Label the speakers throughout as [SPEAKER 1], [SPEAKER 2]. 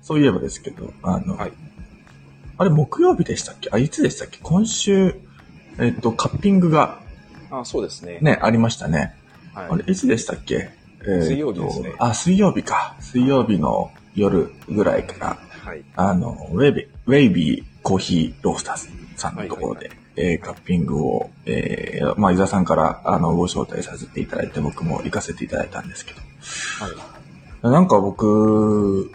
[SPEAKER 1] そういえばですけど、あの、
[SPEAKER 2] はい
[SPEAKER 1] あれ木曜日でしたっけあ、いつでしたっけ今週、えっ、と、カッピングが
[SPEAKER 2] あ、そうですね。
[SPEAKER 1] ね、ありましたね。あ
[SPEAKER 2] は
[SPEAKER 1] れ、いつでしたっけ、えーと
[SPEAKER 2] 水曜日ですね
[SPEAKER 1] あ、水曜日か。水曜日の夜ぐらいから、
[SPEAKER 2] い。はい。
[SPEAKER 1] あの、ウェイビー、ウェイビーコーヒーロースターズさんのところで、えーカッピングを、えー、まあ、伊沢さんから、あの、ご招待させていただいて、僕も行かせていただいたんですけ
[SPEAKER 2] はい。
[SPEAKER 1] ど。なんか僕、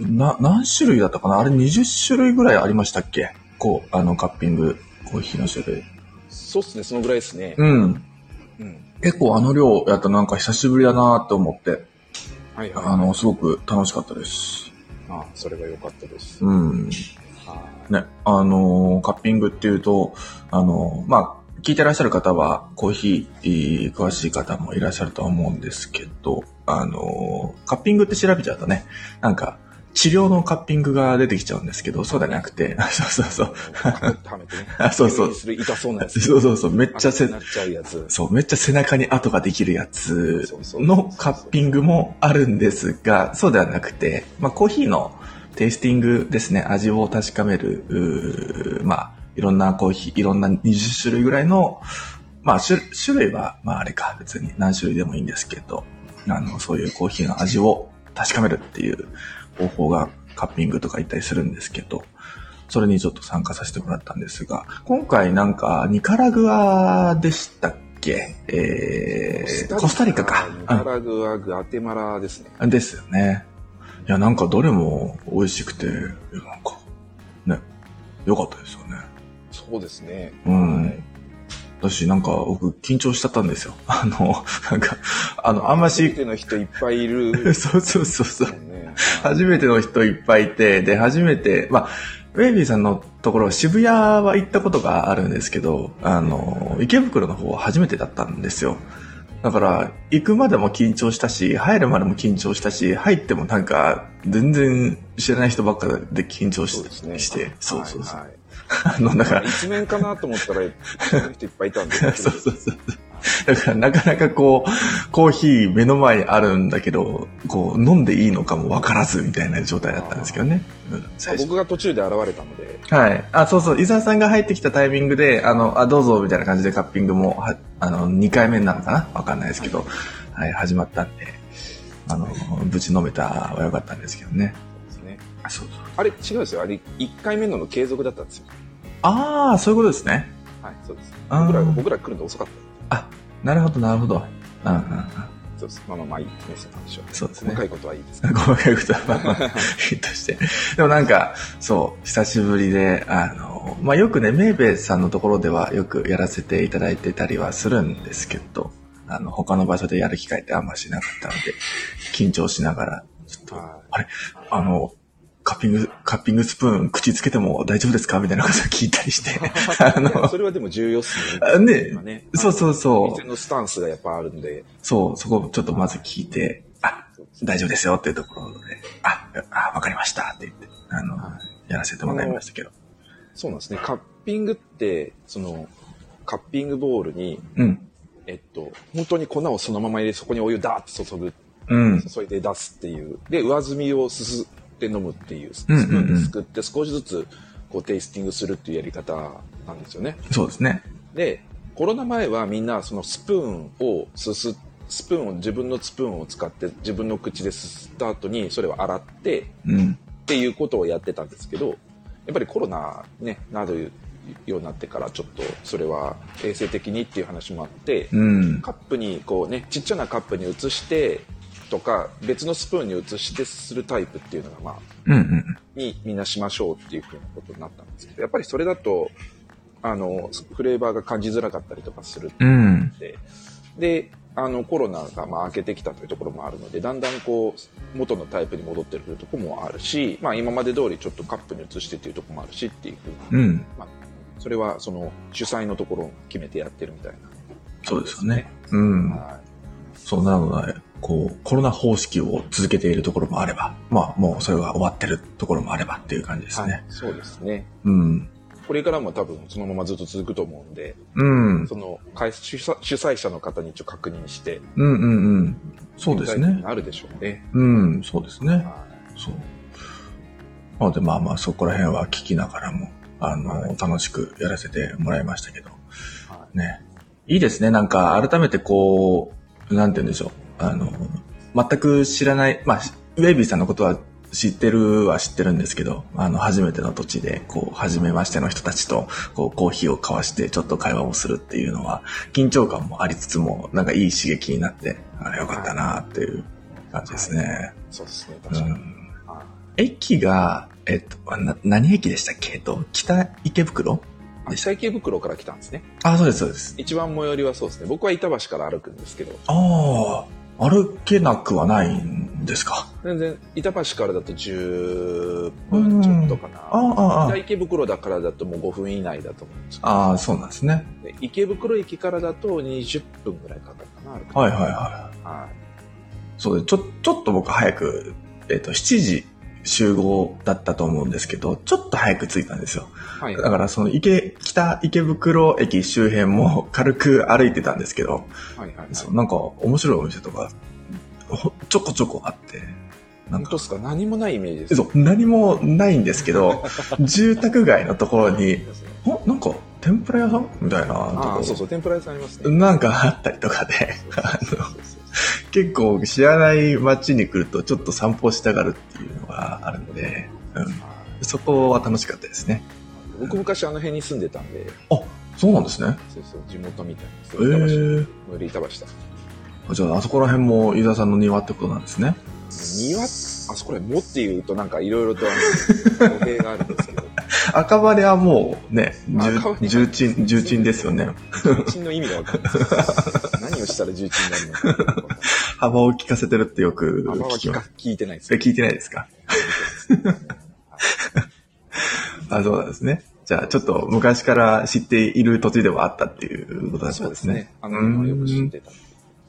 [SPEAKER 1] な、何種類だったかなあれ20種類ぐらいありましたっけこう、あの、カッピング、コーヒーの種類。
[SPEAKER 2] そうっすね、そのぐらいですね。
[SPEAKER 1] うん。
[SPEAKER 2] うん。
[SPEAKER 1] 結構あの量やったらなんか久しぶりだなって思って、
[SPEAKER 2] はいはい。
[SPEAKER 1] あの、すごく楽しかったです。
[SPEAKER 2] あそれが良かったです。
[SPEAKER 1] うん。
[SPEAKER 2] は
[SPEAKER 1] ね、あのーカッピングっていうと、あのーまあ、聞いてらっしゃる方は、コーヒー、えー詳しい方もいらっしゃるとは思うんですけど、あのーカッピングって調べちゃうとね、なんか、治療のカッピングが出てきちゃうんですけど、そうじゃなくて、 そうそうそう、
[SPEAKER 2] い。ためてね。
[SPEAKER 1] あそうそう
[SPEAKER 2] 急にする痛そうなやつ。
[SPEAKER 1] そうそうそう、めっちゃせ
[SPEAKER 2] 赤くな、っちゃうやつ。
[SPEAKER 1] そう、めっちゃ背中に跡ができるやつ
[SPEAKER 2] そうそう
[SPEAKER 1] のカッピングもあるんですが、そうではなくて、まあ、コーヒーのテイスティングですね、味を確かめる、うーまあ、いろんなコーヒー、いろんな20種類ぐらいの、まあ、種種類は、まあ、あれか、別に何種類でもいいんですけど、あの、そういうコーヒーの味を確かめるっていう方法がカッピングとか言ったりするんですけど、それにちょっと参加させてもらったんですが、今回なんか、ニカラグアでしたっけえー、コスタリカか。
[SPEAKER 2] ニカラグア、グアテマラですね。
[SPEAKER 1] うん。ですよね。いや、なんかどれも美味しくて、いやなんか、ね、良かったですよね。
[SPEAKER 2] そうですね。
[SPEAKER 1] うん
[SPEAKER 2] はい
[SPEAKER 1] 私なんか僕緊張しちゃったんですよ。あの、なんか、あの、あんま
[SPEAKER 2] 初め
[SPEAKER 1] し、
[SPEAKER 2] ての人いっぱいいる。
[SPEAKER 1] そうそうそうそう。
[SPEAKER 2] ね。
[SPEAKER 1] 初めての人いっぱいいて、で、初めて、まあ、ウェイビーさんのところ、渋谷は行ったことがあるんですけど、あの、池袋の方は初めてだったんですよ。だから、行くまでも緊張したし、入るまでも緊張したし、入ってもなんか、全然知らない人ばっかで緊張し,、
[SPEAKER 2] そうですね
[SPEAKER 1] して、そうそうそう。
[SPEAKER 2] はいはい
[SPEAKER 1] あの、だから、
[SPEAKER 2] 一面かなと思ったら、一面の人いっぱい いたんで。
[SPEAKER 1] そうそうそう。だからなかなかこう、コーヒー目の前にあるんだけど、こう、飲んでいいのかもわからずみたいな状態だったんですけどね。うん、最初。
[SPEAKER 2] 僕が途中で現れたので、
[SPEAKER 1] はい。あ、そうそう。伊沢さんが入ってきたタイミングで、あの、あ、どうぞみたいな感じでカッピングも、はあの、2回目なのかなわかんないですけど、はい、始まったんで、あの、ぶち飲めたは良かったんですけどね。
[SPEAKER 2] ですね。
[SPEAKER 1] そうそう。
[SPEAKER 2] あれ、違うんですよ。あれ、1回目のの継続だったんですよ。
[SPEAKER 1] ああ、そういうことですね。
[SPEAKER 2] はい、そうです。
[SPEAKER 1] あー
[SPEAKER 2] 僕ら、僕ら来るの遅かった。
[SPEAKER 1] なるほど、なるほど。うんうんうん。
[SPEAKER 2] そうです。まあまあまあ、いいですね、その話は。
[SPEAKER 1] そうですね
[SPEAKER 2] 細かいことはい いです。
[SPEAKER 1] 細かいことはまあまあ、ヒットして。でもなんか、そう、久しぶりで、あの、まあ、よくね、メイベイさんのところではよくやらせていただいてたりはするんですけど、あの、他の場所でやる機会ってあんましなかったので、緊張しながら、ちょっと、
[SPEAKER 2] は
[SPEAKER 1] あの、カッピング、カッピングスプーン口つけても大丈夫ですかみたいなことを聞いたりして。 あ
[SPEAKER 2] いいや
[SPEAKER 1] の、
[SPEAKER 2] それはでも重要っす
[SPEAKER 1] あ
[SPEAKER 2] ね。
[SPEAKER 1] ね
[SPEAKER 2] 今ね
[SPEAKER 1] そうそう
[SPEAKER 2] あの
[SPEAKER 1] そ
[SPEAKER 2] 店のスタンスがやっぱあるんで。
[SPEAKER 1] う。そう、そこちょっとまず聞いて、あ、
[SPEAKER 2] そうです
[SPEAKER 1] 大丈夫ですよっていうところで、あ、あ、わかりましたって言って、あの、やらせてもらいましたけど。
[SPEAKER 2] そうなんですね。カッピングって、その、カッピングボールに、
[SPEAKER 1] うん。
[SPEAKER 2] えっと、本当に粉をそのまま入れ、そこにお湯ダーッと注ぐ、
[SPEAKER 1] うん。
[SPEAKER 2] 注いで出すっていう。で、上澄みをすすって飲むっていう、スプ
[SPEAKER 1] うんうんうん
[SPEAKER 2] ーンですくって少しずつ、こう、テイスティングするっていうやり方なんですよね。
[SPEAKER 1] そうですね。
[SPEAKER 2] で、コロナ前はみんな、そのスプーンをすす、スプーンを、自分のスプーンを使って、自分の口ですすった後に、それを洗って、
[SPEAKER 1] うん。
[SPEAKER 2] っていうことをやってたんですけど、やっぱりコロナね、などいうようになってからちょっとそれは衛生的にっていう話もあって、
[SPEAKER 1] うん。
[SPEAKER 2] カップにこうね、ちっちゃなカップに移してとか、別のスプーンに移してするタイプっていうのがまあ、
[SPEAKER 1] うんうん。
[SPEAKER 2] にみんなしましょうっていうふうなことになったんですけど、やっぱりそれだと、あの、フレーバーが感じづらかったりとかする
[SPEAKER 1] うん。
[SPEAKER 2] でであのコロナがまあ明けてきたというところもあるのでだんだんこう元のタイプに戻ってくるところもあるし、まあ、今まで通りちょっとカップに移してというところもあるしっていうふうに
[SPEAKER 1] うん。
[SPEAKER 2] それはその主催のところを決めてやってるみたい
[SPEAKER 1] そうですよね。うん
[SPEAKER 2] な、。は
[SPEAKER 1] そうなので、こう、コロナ方式を続けているところもあれば、まあ、もうそれが終わってるところもあればっていう感じで
[SPEAKER 2] い
[SPEAKER 1] す
[SPEAKER 2] はい
[SPEAKER 1] ね。
[SPEAKER 2] そうですね
[SPEAKER 1] うん。
[SPEAKER 2] これからも多分そのままずっと続くと思うんで
[SPEAKER 1] うん。
[SPEAKER 2] その開主催主催者の方に一応確認して
[SPEAKER 1] うんうんうん。そうです
[SPEAKER 2] みたいなの
[SPEAKER 1] ね
[SPEAKER 2] が。あるでしょうね
[SPEAKER 1] うん。そうですね。
[SPEAKER 2] は
[SPEAKER 1] そう。なのでまあまあそこら辺は聞きながらも、あの、
[SPEAKER 2] はい
[SPEAKER 1] 楽しくやらせてもらいましたけど、
[SPEAKER 2] は
[SPEAKER 1] ね。いいですね。なんか改めてこう、なんて言うんでしょう。あの、全く知らない、まあ、ウェイビーさんのことは知ってるは知ってるんですけど、あの、初めての土地で、こう、初めましての人たちと、こう、コーヒーを交わして、ちょっと会話をするっていうのは、緊張感もありつつも、なんかいい刺激になって、あれよかったなっていう感じですね。
[SPEAKER 2] そうですね、
[SPEAKER 1] う
[SPEAKER 2] 確かに。
[SPEAKER 1] ん
[SPEAKER 2] は
[SPEAKER 1] 駅が、えっと、な何駅でしたっけえっと、北池袋
[SPEAKER 2] い。北池袋から来たんですね。
[SPEAKER 1] あ、そうです、そうです。
[SPEAKER 2] 一番最寄りはそうですね。僕は板橋から歩くんですけど、
[SPEAKER 1] ああ、歩けなくはないんですか。
[SPEAKER 2] 全然、板橋からだと10分ちょっとか
[SPEAKER 1] あ
[SPEAKER 2] な。
[SPEAKER 1] あ、あ
[SPEAKER 2] 北
[SPEAKER 1] あ、
[SPEAKER 2] 池袋だからだともう5分以内だと思うんですけど
[SPEAKER 1] ああ、そうなんですね。
[SPEAKER 2] で池袋駅からだと20分ぐらいかかるかな、歩くの
[SPEAKER 1] はいはいは。
[SPEAKER 2] はい
[SPEAKER 1] そうで、ちょ、ちょっと僕早く、えっと、7時集合だったと思うんですけど、ちょっと早く着いたんですよ。
[SPEAKER 2] い。
[SPEAKER 1] だ
[SPEAKER 2] はい。
[SPEAKER 1] からその池、北池袋駅周辺も 軽く歩いてたんですけど、
[SPEAKER 2] はい。はい。
[SPEAKER 1] そうなんか面白いお店とか、ほちょこちょこあって、なん
[SPEAKER 2] 本
[SPEAKER 1] か
[SPEAKER 2] 当ですか何もないイメージです。
[SPEAKER 1] そう、何もないんですけど、 住宅街のところに、
[SPEAKER 2] ですね
[SPEAKER 1] あ、なんか、天ぷら屋さんみたいなと
[SPEAKER 2] あ
[SPEAKER 1] こ
[SPEAKER 2] あ、そうそう、天ぷら屋さんありますね。
[SPEAKER 1] なんかあったりとかで、 あ
[SPEAKER 2] そう
[SPEAKER 1] の
[SPEAKER 2] そうそう
[SPEAKER 1] 結構知らない街に来るとちょっと散歩したがるっていうのがあるので、うん、
[SPEAKER 2] はい
[SPEAKER 1] そこは楽しかったですね。
[SPEAKER 2] 僕昔あの辺に住んでたんで、
[SPEAKER 1] あ、そうなんですね。
[SPEAKER 2] そうそう、地元みたいな。
[SPEAKER 1] え
[SPEAKER 2] そう板橋
[SPEAKER 1] ー、
[SPEAKER 2] 乗り板橋だ。
[SPEAKER 1] じゃああそこら辺も伊沢さんの庭ってことなんですね。
[SPEAKER 2] 庭、あそこら辺もって言うとなんかいろいろとあの語弊があるんですけど、
[SPEAKER 1] 赤羽はもうね、
[SPEAKER 2] まあ赤羽
[SPEAKER 1] 重重鎮、重鎮ですよね。
[SPEAKER 2] 重鎮の意味がわかんない。何をしたら重鎮になるのかよくわかんない。
[SPEAKER 1] 幅を利かせてるってよく
[SPEAKER 2] あんま
[SPEAKER 1] 聞き
[SPEAKER 2] 聞
[SPEAKER 1] ま
[SPEAKER 2] か
[SPEAKER 1] す。
[SPEAKER 2] 聞いてないです
[SPEAKER 1] え
[SPEAKER 2] よ。
[SPEAKER 1] 聞いてないですか あ、そうなんですね。じゃあ、ちょっと昔から知っている土地ではあったっていうことだった
[SPEAKER 2] そ
[SPEAKER 1] ん
[SPEAKER 2] う
[SPEAKER 1] で
[SPEAKER 2] ですす
[SPEAKER 1] ね。
[SPEAKER 2] ね。あの、よく知ってた。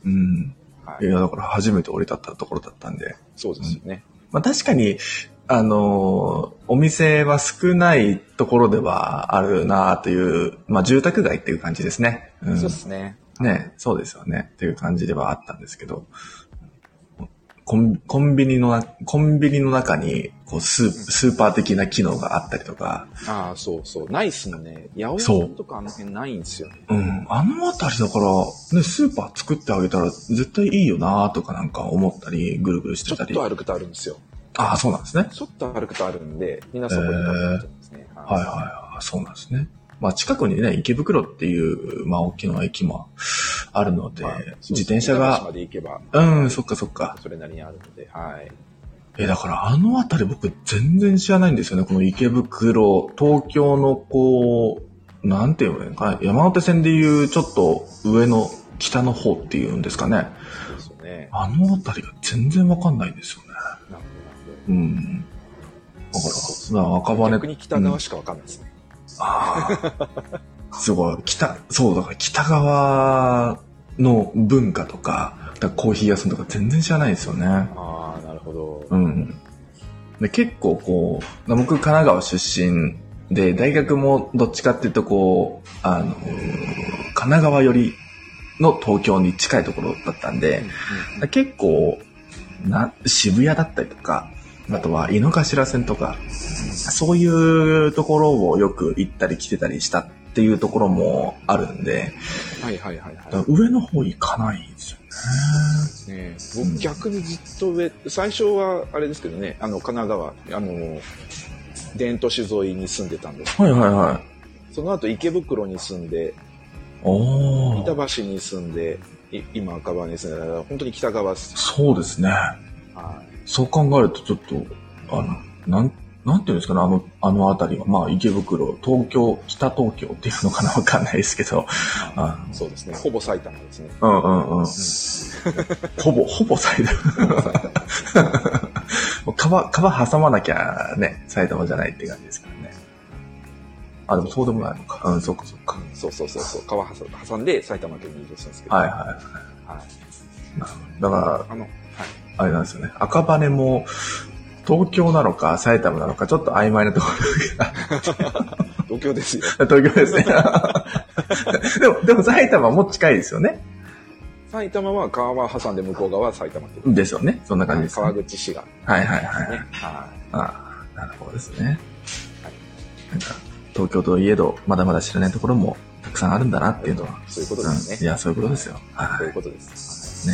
[SPEAKER 1] うん。
[SPEAKER 2] はい
[SPEAKER 1] や、だから初めて降り立ったところだったんで。
[SPEAKER 2] そうですよね。
[SPEAKER 1] まあ確かに、あのーお店は少ないところではあるなという、まあ住宅街っていう感じですね。うん、
[SPEAKER 2] そうですね。
[SPEAKER 1] ね、そうですよね。っていう感じではあったんですけど、コンコンビニのな、コンビニの中に、こうスー、スーパー的な機能があったりとか、
[SPEAKER 2] ああ、そうそう。ないっすもんね。八百屋さんとかあの辺ないんですよね。
[SPEAKER 1] うん、あのあたりだから、ね、スーパー作ってあげたら絶対いいよなとかなんか思ったり、ぐるぐるし
[SPEAKER 2] ちょ
[SPEAKER 1] てた
[SPEAKER 2] っ
[SPEAKER 1] り。
[SPEAKER 2] と歩くとあるんですよ。
[SPEAKER 1] ああ、そうなんですね。
[SPEAKER 2] ちょっと歩くとあるんで、みんなそこに行ってますね。
[SPEAKER 1] はいはいはい、そうなんですね。まあ近くにね、池袋っていう、まあ大きな駅もあるので、
[SPEAKER 2] まあそうです
[SPEAKER 1] 自転車
[SPEAKER 2] 板橋
[SPEAKER 1] が
[SPEAKER 2] ま、で行けば、
[SPEAKER 1] うん、そっかそっか。
[SPEAKER 2] それなりにあるので、はい。
[SPEAKER 1] え、だからあのあたり僕全然知らないんですよね。この池袋、東京のこう、なんて言うのかな、山手線でいうちょっと上の北の方っていうんですかね。
[SPEAKER 2] そうですよね。
[SPEAKER 1] あのあたりが全然わかんないんですよね。
[SPEAKER 2] なるほどなるほ
[SPEAKER 1] う
[SPEAKER 2] ど。
[SPEAKER 1] ん。だから、まあ赤羽
[SPEAKER 2] 逆に北側しかわかんないですね。
[SPEAKER 1] ああ。すごい。北、そう、だから北側の文化とか、だからコーヒー屋さんとか全然知らないですよね。
[SPEAKER 2] ああ、なるほど。
[SPEAKER 1] うん。で結構こう、僕神奈川出身で、大学もどっちかっていうとこう、あの、神奈川寄りの東京に近いところだったんで、結構な渋谷だったりとかあとは井の頭線とかそういうところをよく行ったり来てたりしたっていうところもあるんで
[SPEAKER 2] はいはいはい
[SPEAKER 1] だから
[SPEAKER 2] は
[SPEAKER 1] 上の方行かないんですよね
[SPEAKER 2] い。ね、
[SPEAKER 1] うん
[SPEAKER 2] 僕逆にずっと上、最初はあれですけどね、あの、神奈川、あの、伝都市沿いに住んでたんです。
[SPEAKER 1] はいはいはい
[SPEAKER 2] その後池袋に住んで、
[SPEAKER 1] お
[SPEAKER 2] 板
[SPEAKER 1] お
[SPEAKER 2] 橋に住んで、い今赤羽に住んで、だから本当に北側っす。
[SPEAKER 1] そうですね
[SPEAKER 2] はい。
[SPEAKER 1] そう考えるとちょっとあのなんなんていうんですかねあの、あの辺りは。まあ、池袋、東京、北東京っていうのかなわかんないですけど。あ
[SPEAKER 2] そうですね。ほぼ埼玉ですね。
[SPEAKER 1] うんうんうん。ほぼ、ほぼ 埼玉。
[SPEAKER 2] ほぼ埼玉
[SPEAKER 1] もう川、川挟まなきゃね、埼玉じゃないって感じですからね。あ、でもそうでもないのか。うん、そっかそっか。
[SPEAKER 2] そうそうそうそう。川挟挟んで埼玉県に移動したんですけど。
[SPEAKER 1] はい
[SPEAKER 2] い。
[SPEAKER 1] は
[SPEAKER 2] はい、
[SPEAKER 1] い。だか
[SPEAKER 2] あの、は
[SPEAKER 1] ら、
[SPEAKER 2] い。
[SPEAKER 1] あれなんですよね。赤羽も、東京なのか埼玉なのか、ちょっと曖昧なとこ
[SPEAKER 2] 東京ですよ。
[SPEAKER 1] ろ、東京ですね。 でも、でも埼玉も近いですよね。
[SPEAKER 2] 埼玉は川挟んで向こう側は埼玉県。
[SPEAKER 1] ですよね。そんな感じです、ね。
[SPEAKER 2] 川口市が
[SPEAKER 1] はいはいはい。
[SPEAKER 2] ね。はい。
[SPEAKER 1] あなるほどですね
[SPEAKER 2] はい。
[SPEAKER 1] なんか、東京といえど、まだまだ知らないところもたくさんあるんだなっていうのは。
[SPEAKER 2] そういうことですね
[SPEAKER 1] んいや、そういうことですよ。は
[SPEAKER 2] と
[SPEAKER 1] い
[SPEAKER 2] いう。ことです。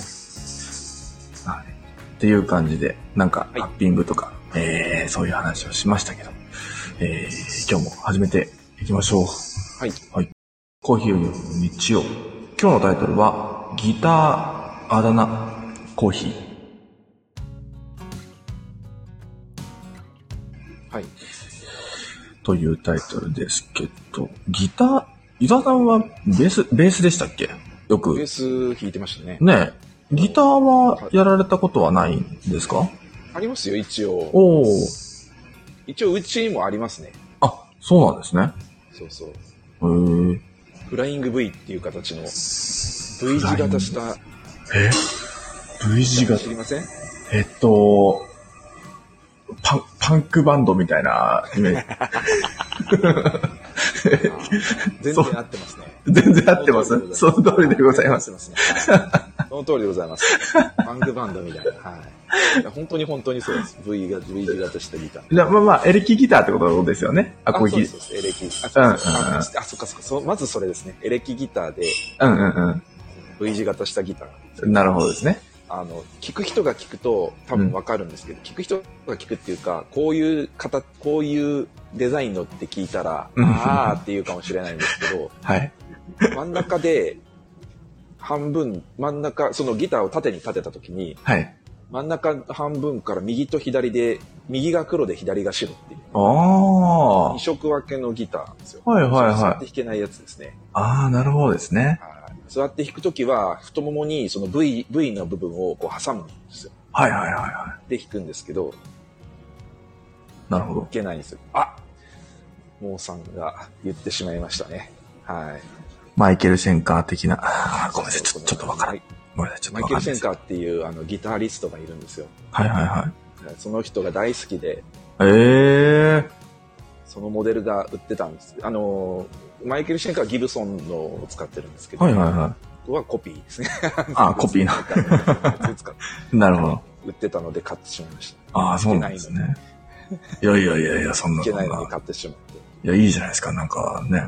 [SPEAKER 1] ね。はい。っていう感じで、なんか、
[SPEAKER 2] はい
[SPEAKER 1] ハッピングとか、えー、そういう話をしましたけど、えー、今日も始めていきましょう。
[SPEAKER 2] はい。
[SPEAKER 1] コーヒーを呼ぶ道を。今日のタイトルは、ギター、あだ名、コーヒー。
[SPEAKER 2] はい。
[SPEAKER 1] というタイトルですけど、ギター、伊沢さんはベース、ベースでしたっけよく。
[SPEAKER 2] ベー
[SPEAKER 1] ね
[SPEAKER 2] ス弾いてましたね。
[SPEAKER 1] えギターはやられたことはないんですか、
[SPEAKER 2] ありますよ、一応。
[SPEAKER 1] おお。
[SPEAKER 2] 一応、うちにもありますね。
[SPEAKER 1] あ、そうなんですね。
[SPEAKER 2] そうそう。
[SPEAKER 1] へえ。
[SPEAKER 2] フライング V っていう形の V 字型した、
[SPEAKER 1] え ?V 字が
[SPEAKER 2] 知、りません
[SPEAKER 1] えっと、パン、パンクバンドみたいなイメージ。
[SPEAKER 2] 全
[SPEAKER 1] そう
[SPEAKER 2] 然合ってますね。
[SPEAKER 1] 全然合ってます その通りでございます。
[SPEAKER 2] 合ってますねはいその通りでございます。パンクバンドみたいな。はいいや。本当に本当にそうです。V が V 字型したギター。
[SPEAKER 1] じゃあまあまあ、エレキギターってことですよね。アコ
[SPEAKER 2] あ、そ
[SPEAKER 1] ギ
[SPEAKER 2] うで。すそうです。エレキ。あ、そう
[SPEAKER 1] うんうんうん
[SPEAKER 2] ああそっかそっかそう。まずそれですね。エレキギターで
[SPEAKER 1] うんうん
[SPEAKER 2] V 字型したギター。
[SPEAKER 1] うん。なるほどですね。
[SPEAKER 2] あの、聞く人が聞くと多分わかるんですけど、聞く人が聞くっていうか、こういう型、こういうデザインのって聞いたら、
[SPEAKER 1] うん
[SPEAKER 2] あーっていうかもしれないんです けど、
[SPEAKER 1] はい。
[SPEAKER 2] 真ん中で、半分、真ん中、そのギターを縦に立てた時に、
[SPEAKER 1] はい。
[SPEAKER 2] 真ん中半分から右と左で、右が黒で左が白っていう、
[SPEAKER 1] ああ
[SPEAKER 2] 二。色分けのギターなんですよ。
[SPEAKER 1] はいはいはい
[SPEAKER 2] 座って弾けないやつですね。
[SPEAKER 1] ああ、なるほどですね。
[SPEAKER 2] はい座って弾くときは、太ももにその V、V の部分をこう挟むんですよ。
[SPEAKER 1] はいはいはいは
[SPEAKER 2] で弾くんですけ
[SPEAKER 1] い。
[SPEAKER 2] ど、
[SPEAKER 1] なるほど
[SPEAKER 2] い。けないんですよ。あモーさんが言ってしまいましたね。はい。
[SPEAKER 1] マイケル・シェンカー的な。 あーごめんなさい、ちょ
[SPEAKER 2] そうそう
[SPEAKER 1] ちょっとわからん。ごめんなさい、ちょっ
[SPEAKER 2] マ
[SPEAKER 1] と
[SPEAKER 2] イ
[SPEAKER 1] わからん
[SPEAKER 2] ケル・シ
[SPEAKER 1] で
[SPEAKER 2] ェン
[SPEAKER 1] す。
[SPEAKER 2] カーっていうあのギタリストがいるんですよ。
[SPEAKER 1] はいはいはい。
[SPEAKER 2] その人が大好きで、
[SPEAKER 1] ええ
[SPEAKER 2] そのモデルが売ってたんです。あのー、マイケル・シェンカーはギブソンのを使ってるんですけど、
[SPEAKER 1] はいはいは
[SPEAKER 2] 僕はコピ ーですね。
[SPEAKER 1] あコピーの
[SPEAKER 2] の。使って
[SPEAKER 1] い。なるほど。
[SPEAKER 2] 売ってたので買ってしまいました。
[SPEAKER 1] ああ、そうなんですね。いやいやいやいや、そん
[SPEAKER 2] い
[SPEAKER 1] な
[SPEAKER 2] け
[SPEAKER 1] そんな。
[SPEAKER 2] ないのに
[SPEAKER 1] い
[SPEAKER 2] 買ってしまって。
[SPEAKER 1] や、いいじゃないですか、なんかね。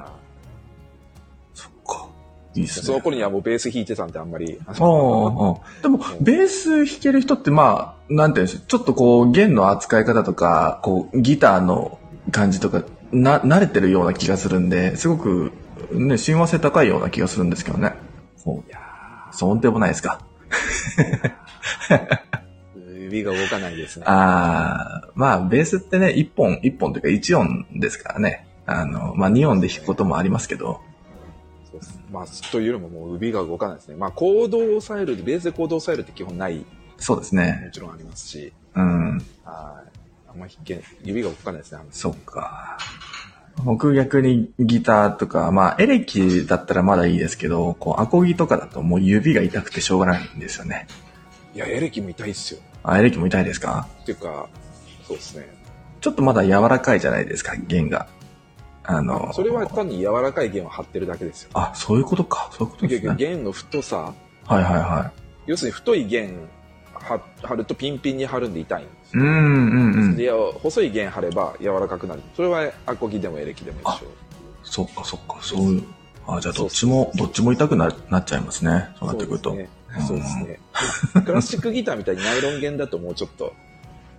[SPEAKER 1] そっか。いいっす
[SPEAKER 2] その
[SPEAKER 1] ね。
[SPEAKER 2] 頃にはもうベース弾いてたんであんまり。あ
[SPEAKER 1] ああ
[SPEAKER 2] の
[SPEAKER 1] ああでも、ベース弾ける人って、まあ、なんていうんでしょう。ちょっとこう、弦の扱い方とか、こう、ギターの感じとか、な、慣れてるような気がするんで、すごく、ね、親和性高いような気がするんですけどね。そう
[SPEAKER 2] いや
[SPEAKER 1] そうでもないですか。
[SPEAKER 2] ー指が動かないですね。
[SPEAKER 1] ああ、まあ、ベースってね、一本、一本というか一音ですからね。あの、まあ、二音で弾くこともありますけど。
[SPEAKER 2] そうですまあ、というよりももう指が動かないですね。まあ、行動を抑える、ベースで行動を抑えるって基本ない、
[SPEAKER 1] そうですね
[SPEAKER 2] も。ちろんありますし、
[SPEAKER 1] うん、
[SPEAKER 2] はい。あんまり弾けない指が動かないですね。あんまり
[SPEAKER 1] そうか。僕逆にギターとか、まあ、エレキだったらまだいいですけど、こう、アコギとかだともう指が痛くてしょうがないんですよね。
[SPEAKER 2] いや、エレキも痛いっすよ。
[SPEAKER 1] あ、エレキも痛いですか
[SPEAKER 2] っていうか、そうですね。
[SPEAKER 1] ちょっとまだ柔らかいじゃないですか、弦が。あの、
[SPEAKER 2] それは単に柔らかい弦を張ってるだけですよ。
[SPEAKER 1] あ、そういうことか。そういうことで
[SPEAKER 2] 結
[SPEAKER 1] す
[SPEAKER 2] 局、
[SPEAKER 1] ね。
[SPEAKER 2] 弦の太さ、
[SPEAKER 1] はいはいは
[SPEAKER 2] 要するに太い弦張張るとピンピンに張るんで痛いんです
[SPEAKER 1] い。う
[SPEAKER 2] よ。
[SPEAKER 1] ん、うん、うん。
[SPEAKER 2] で細い弦張れば柔らかくなる。それはアコギでもエレキでも一緒。
[SPEAKER 1] そっかそっか、そういう。あ、じゃあどっちも、どっちも痛くななっちゃいますね。そうなってくると。
[SPEAKER 2] そうですね。そうですね。クラシックギターみたいにナイロン弦だともうちょっと指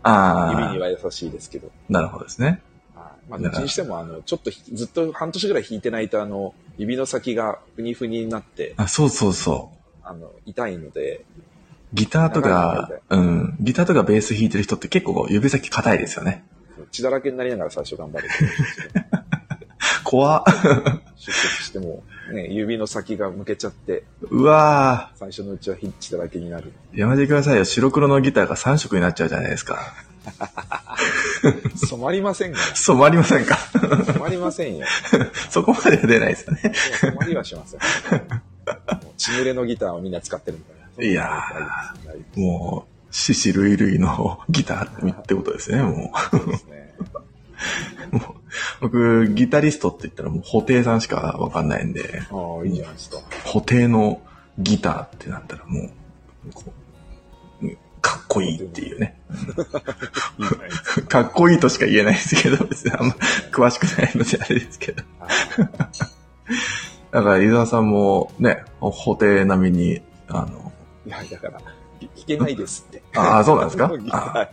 [SPEAKER 1] あ
[SPEAKER 2] には優しいですけど。
[SPEAKER 1] あ、なるほどですね。
[SPEAKER 2] はいまあ、どっちにしても、あの、ちょっとひ、ずっと半年ぐらい弾いてないと、あの、指の先がふにふにになって、
[SPEAKER 1] あ、そうそうそう。
[SPEAKER 2] あの、痛いので、
[SPEAKER 1] ギターとか
[SPEAKER 2] 長い、
[SPEAKER 1] うん、ギターとかベース弾いてる人って結構指先硬いですよね。
[SPEAKER 2] 血だらけになりながら最初頑張るっていう感じですね。
[SPEAKER 1] 怖っ
[SPEAKER 2] 出血しても、ね、指の先が向けちゃって、
[SPEAKER 1] うわ
[SPEAKER 2] 最初のうちは血だらけになる。
[SPEAKER 1] ーやめてくださいよ。白黒のギターが3色になっちゃうじゃないですか。
[SPEAKER 2] 染まりませんか
[SPEAKER 1] 染まりませんか
[SPEAKER 2] ら。染まりませんよ。
[SPEAKER 1] そこまでは出ないですよね。
[SPEAKER 2] いや染まりはしません。もう血濡れのギターをみんな使ってるみたいな。
[SPEAKER 1] いや
[SPEAKER 2] ー。
[SPEAKER 1] もう、獅子類類のギターってことですね、も
[SPEAKER 2] そうですね。
[SPEAKER 1] う。もう僕、ギタリストって言ったらもう、布袋さんしかわかんないんで。
[SPEAKER 2] ああ、いいじゃないですか。
[SPEAKER 1] 固定のギターってなったらもう、こううんかっこいいっていうね。
[SPEAKER 2] いいじゃないですか。
[SPEAKER 1] かっこいいとしか言えないですけど、別にあんま詳しくないのであれですけど。 だから、伊沢さんもね、法廷並みに、あの、
[SPEAKER 2] いや、だから、聞けないですって。
[SPEAKER 1] ああそうなんです か
[SPEAKER 2] はい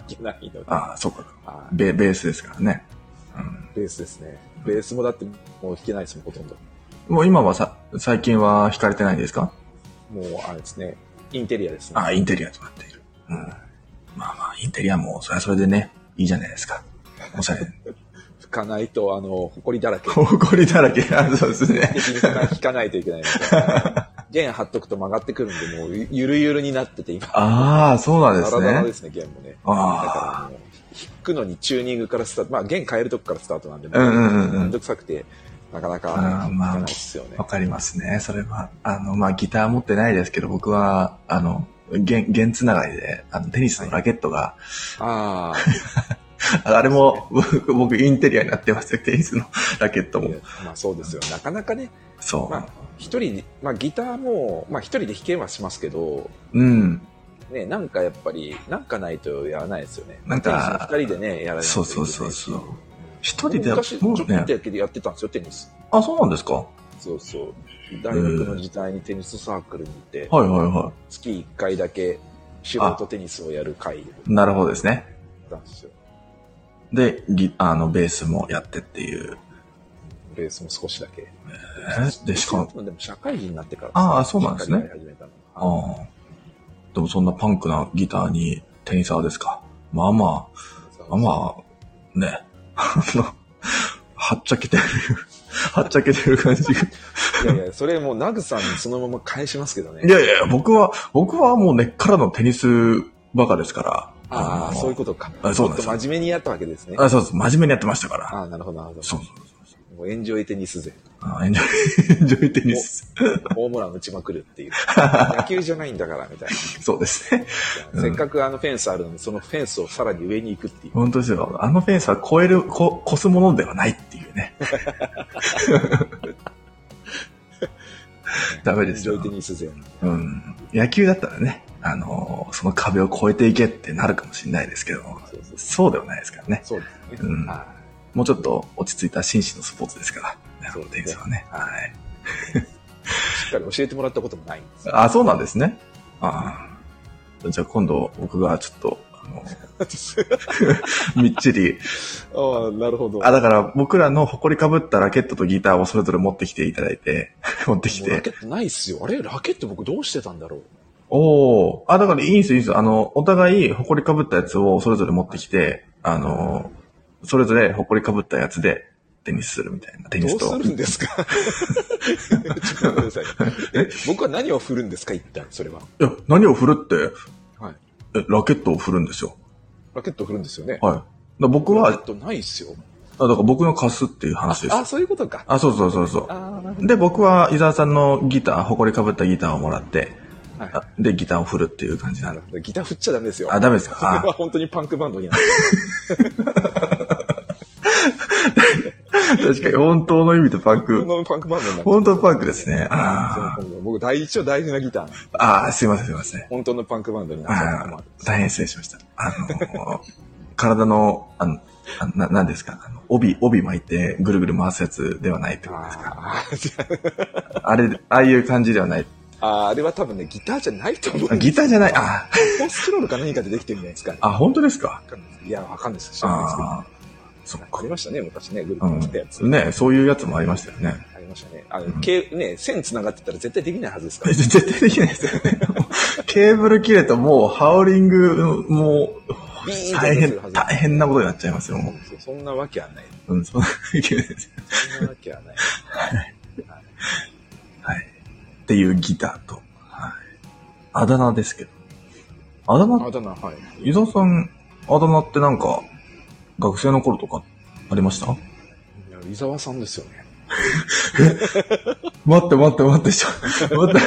[SPEAKER 2] 聞けないので。
[SPEAKER 1] ああ、そうか、
[SPEAKER 2] はい
[SPEAKER 1] ベベースですからね。うん
[SPEAKER 2] ベースですね。ベースもだって、もう弾けないですもん、ほとんど。
[SPEAKER 1] もう今はさ、最近は弾かれてないんですか
[SPEAKER 2] もう、あれですね。インテリアですね。
[SPEAKER 1] ああ、インテリアとなっている。うん。まあまあ、インテリアも、それはそれでね、いいじゃないですか。おしゃれ。
[SPEAKER 2] 吹かないと、あの、埃だら け。
[SPEAKER 1] 誇りだらけ。あそうですね。
[SPEAKER 2] 的に弾かないといけないの で。弦張っとくと曲がってくるんで、もうゆ、ゆるゆるになってて、今。
[SPEAKER 1] ああ、そうなんです
[SPEAKER 2] ダラダラで
[SPEAKER 1] ね。
[SPEAKER 2] すね、弦もね。だ
[SPEAKER 1] ああ。
[SPEAKER 2] からもう、弾くのにチューニングからスタート。まあ、弦変えるとこからスタートなんで、
[SPEAKER 1] うんうんうんうん
[SPEAKER 2] めんどくさくて、なかなか
[SPEAKER 1] あー
[SPEAKER 2] 弾
[SPEAKER 1] まあ
[SPEAKER 2] かないですよね
[SPEAKER 1] わ。かりますね。それは、あの、まあ、ギター持ってないですけど、僕は、あの、弦、弦つながりで、あの、テニスのラケットが、
[SPEAKER 2] ああ。
[SPEAKER 1] あれも、僕、僕インテリアになってますよ、テニスのラケット
[SPEAKER 2] い
[SPEAKER 1] も
[SPEAKER 2] や。まあそうですよ。なかなかね、
[SPEAKER 1] そ
[SPEAKER 2] まあ一人で、まあギターも、まあ一人で弾けはしますけど、
[SPEAKER 1] う。うん。
[SPEAKER 2] ね、なんかやっぱり、なんかないとやらないですよね。
[SPEAKER 1] なんか
[SPEAKER 2] テニスも二人でね、やらないといけないし
[SPEAKER 1] そうそうそうそう。一人
[SPEAKER 2] 僕
[SPEAKER 1] でや
[SPEAKER 2] 昔、ちょ
[SPEAKER 1] も
[SPEAKER 2] っと
[SPEAKER 1] う
[SPEAKER 2] だ
[SPEAKER 1] ね。
[SPEAKER 2] けでやってたんですよ、テニス。
[SPEAKER 1] あ、そうなんですかは
[SPEAKER 2] そうそう。大学の時代にテニスサークルに行って、
[SPEAKER 1] いはいは
[SPEAKER 2] 月1回だけ素人テニスをやる会だ
[SPEAKER 1] い。なるほどですね。
[SPEAKER 2] ったんですよ。
[SPEAKER 1] で、ギあの、ベースもやってっていう。
[SPEAKER 2] ベースも少しだけ。
[SPEAKER 1] えで、しかも、
[SPEAKER 2] でも社会人になってからね、
[SPEAKER 1] ああそうなんですね
[SPEAKER 2] しっかりやり始めたの
[SPEAKER 1] ああ。でもそんなパンクなギターにテニサーですか。まあまあ、まあ、ね。 あの、はっちゃけてる。はっちゃけてる感じが。
[SPEAKER 2] いやいや、それもうナグさんにそのまま返しますけど ね。
[SPEAKER 1] いやいや、僕は、僕はもう根っからのテニスバカですから。
[SPEAKER 2] あ
[SPEAKER 1] の
[SPEAKER 2] あ、そういうことか。
[SPEAKER 1] あそうなん
[SPEAKER 2] ち
[SPEAKER 1] で
[SPEAKER 2] ょ
[SPEAKER 1] す
[SPEAKER 2] っと真面目にやったわけですね。
[SPEAKER 1] あそうです。真面目にやってましたから。
[SPEAKER 2] ああ、なるほど、なるほど。
[SPEAKER 1] そうそうそうそう。
[SPEAKER 2] もうエンジョイテニ ス勢。
[SPEAKER 1] あエンジョイ、 エンジョイテニス。
[SPEAKER 2] ホームラン打ちまくるって いう。野球じゃないんだから、みたい
[SPEAKER 1] そうですね。
[SPEAKER 2] な。せっかくあのフェンスあるのに、そのフェンスをさらに上に行くっていう。
[SPEAKER 1] 本当ですよ。あのフェンスは超える、こ、越すものではないっていう ね。ダメ
[SPEAKER 2] エン
[SPEAKER 1] です
[SPEAKER 2] ジョ
[SPEAKER 1] よ
[SPEAKER 2] イテ。ニス勢。
[SPEAKER 1] うん。野球だったらね、あのーその壁を越えていけってなるかもしれないですけど、
[SPEAKER 2] そうそう
[SPEAKER 1] そうではないですからね。
[SPEAKER 2] そうですね。
[SPEAKER 1] うん
[SPEAKER 2] は
[SPEAKER 1] もうちょっと落ち着いた紳士のスポーツですから、
[SPEAKER 2] そうですね
[SPEAKER 1] テニスはね。はい。
[SPEAKER 2] いしっかり教えてもらったこともないんですよ。
[SPEAKER 1] あ、そうなんですね。ああ。じゃあ今度僕がちょっと、あの ーみっちり、
[SPEAKER 2] ああ、なるほど。
[SPEAKER 1] あ、だから僕らの誇りかぶったラケットとギターをそれぞれ持ってきていただいて、持ってき
[SPEAKER 2] もうラ
[SPEAKER 1] て。
[SPEAKER 2] ケットないっすよ。あれラケット僕どうしてたんだろう。
[SPEAKER 1] おお。あ、だからいいんですよ、いいんですよ。あの、お互い誇りかぶったやつをそれぞれ持ってきて、あの、それぞれ誇りかぶったやつでテニスするみたいな。テニ
[SPEAKER 2] ど
[SPEAKER 1] ス
[SPEAKER 2] うす
[SPEAKER 1] と。
[SPEAKER 2] るんですか ちょっと待ってください。え僕は何を振るんですか一旦、それは。
[SPEAKER 1] いや、何を振るって、
[SPEAKER 2] はい。
[SPEAKER 1] えラケットを振るんですよ。
[SPEAKER 2] ラケット振るんですよね。
[SPEAKER 1] はい。だから僕は、
[SPEAKER 2] ラ
[SPEAKER 1] あ
[SPEAKER 2] ケットないっすよ。
[SPEAKER 1] だから僕の貸すっていう話です
[SPEAKER 2] あ、。そういうことか。
[SPEAKER 1] あ、そうそうそうそ
[SPEAKER 2] ああ、なるほ
[SPEAKER 1] う。で、僕は伊沢さんのギター、誇りかぶったギターをもらって、
[SPEAKER 2] ど。はい
[SPEAKER 1] あで、ギターを振るっていう感じな
[SPEAKER 2] なんる
[SPEAKER 1] で。
[SPEAKER 2] ほど。ギター振っちゃダメですよ。
[SPEAKER 1] あ、ダメですか
[SPEAKER 2] それ
[SPEAKER 1] あ
[SPEAKER 2] は本当にパンクバンドになる。
[SPEAKER 1] 確かに、本当の意味でパン
[SPEAKER 2] 本
[SPEAKER 1] ク。
[SPEAKER 2] 当のパンクバンドになる。
[SPEAKER 1] 本当のパンクですね。
[SPEAKER 2] そう
[SPEAKER 1] あ
[SPEAKER 2] 今度僕、第一応大事なギター。
[SPEAKER 1] ーあー、すいません、すいません。
[SPEAKER 2] 本当のパンクバンドになっちゃう
[SPEAKER 1] あ
[SPEAKER 2] のもあ
[SPEAKER 1] あ
[SPEAKER 2] る。
[SPEAKER 1] 大変失礼しました。あの、体の、あの、あななんですかあの帯、帯巻いてぐるぐる回すやつではないってことですか
[SPEAKER 2] あーじゃ
[SPEAKER 1] あれ、ああいう感じではない。
[SPEAKER 2] ああ、あれは多分ね、ギターじゃないと思
[SPEAKER 1] あ
[SPEAKER 2] う。
[SPEAKER 1] ギターじゃない。あ
[SPEAKER 2] コンスクロールか何かでできてるんじゃないですかね。
[SPEAKER 1] あ、本当ですか
[SPEAKER 2] わかんないですいや、わかんないです。知らないですけど。
[SPEAKER 1] ああ、そっ
[SPEAKER 2] ありましたね、昔ね、グループのやつ。
[SPEAKER 1] か。ねそういうやつもありましたよね。
[SPEAKER 2] ありましたね。あの、けね、線繋がってたら絶対できないはずですから。
[SPEAKER 1] 絶対できないですよね。ケーブル切れともう、ハウリング、もう
[SPEAKER 2] ビーン、って
[SPEAKER 1] 大
[SPEAKER 2] 音する
[SPEAKER 1] 変
[SPEAKER 2] は、ず
[SPEAKER 1] 大変なことになっちゃいますよ、もう。
[SPEAKER 2] そうそんなわけはない。
[SPEAKER 1] うん、そんなわけです。
[SPEAKER 2] そんなわけはない。
[SPEAKER 1] はい。っていうギターと、はい。あだ名ですけど。あだ名、
[SPEAKER 2] あだ名、はい。
[SPEAKER 1] 伊沢さん、あだ名ってなんか、学生の頃とかありました
[SPEAKER 2] いや伊沢さんですよね。
[SPEAKER 1] 待って待って待 って、ちょ、待って、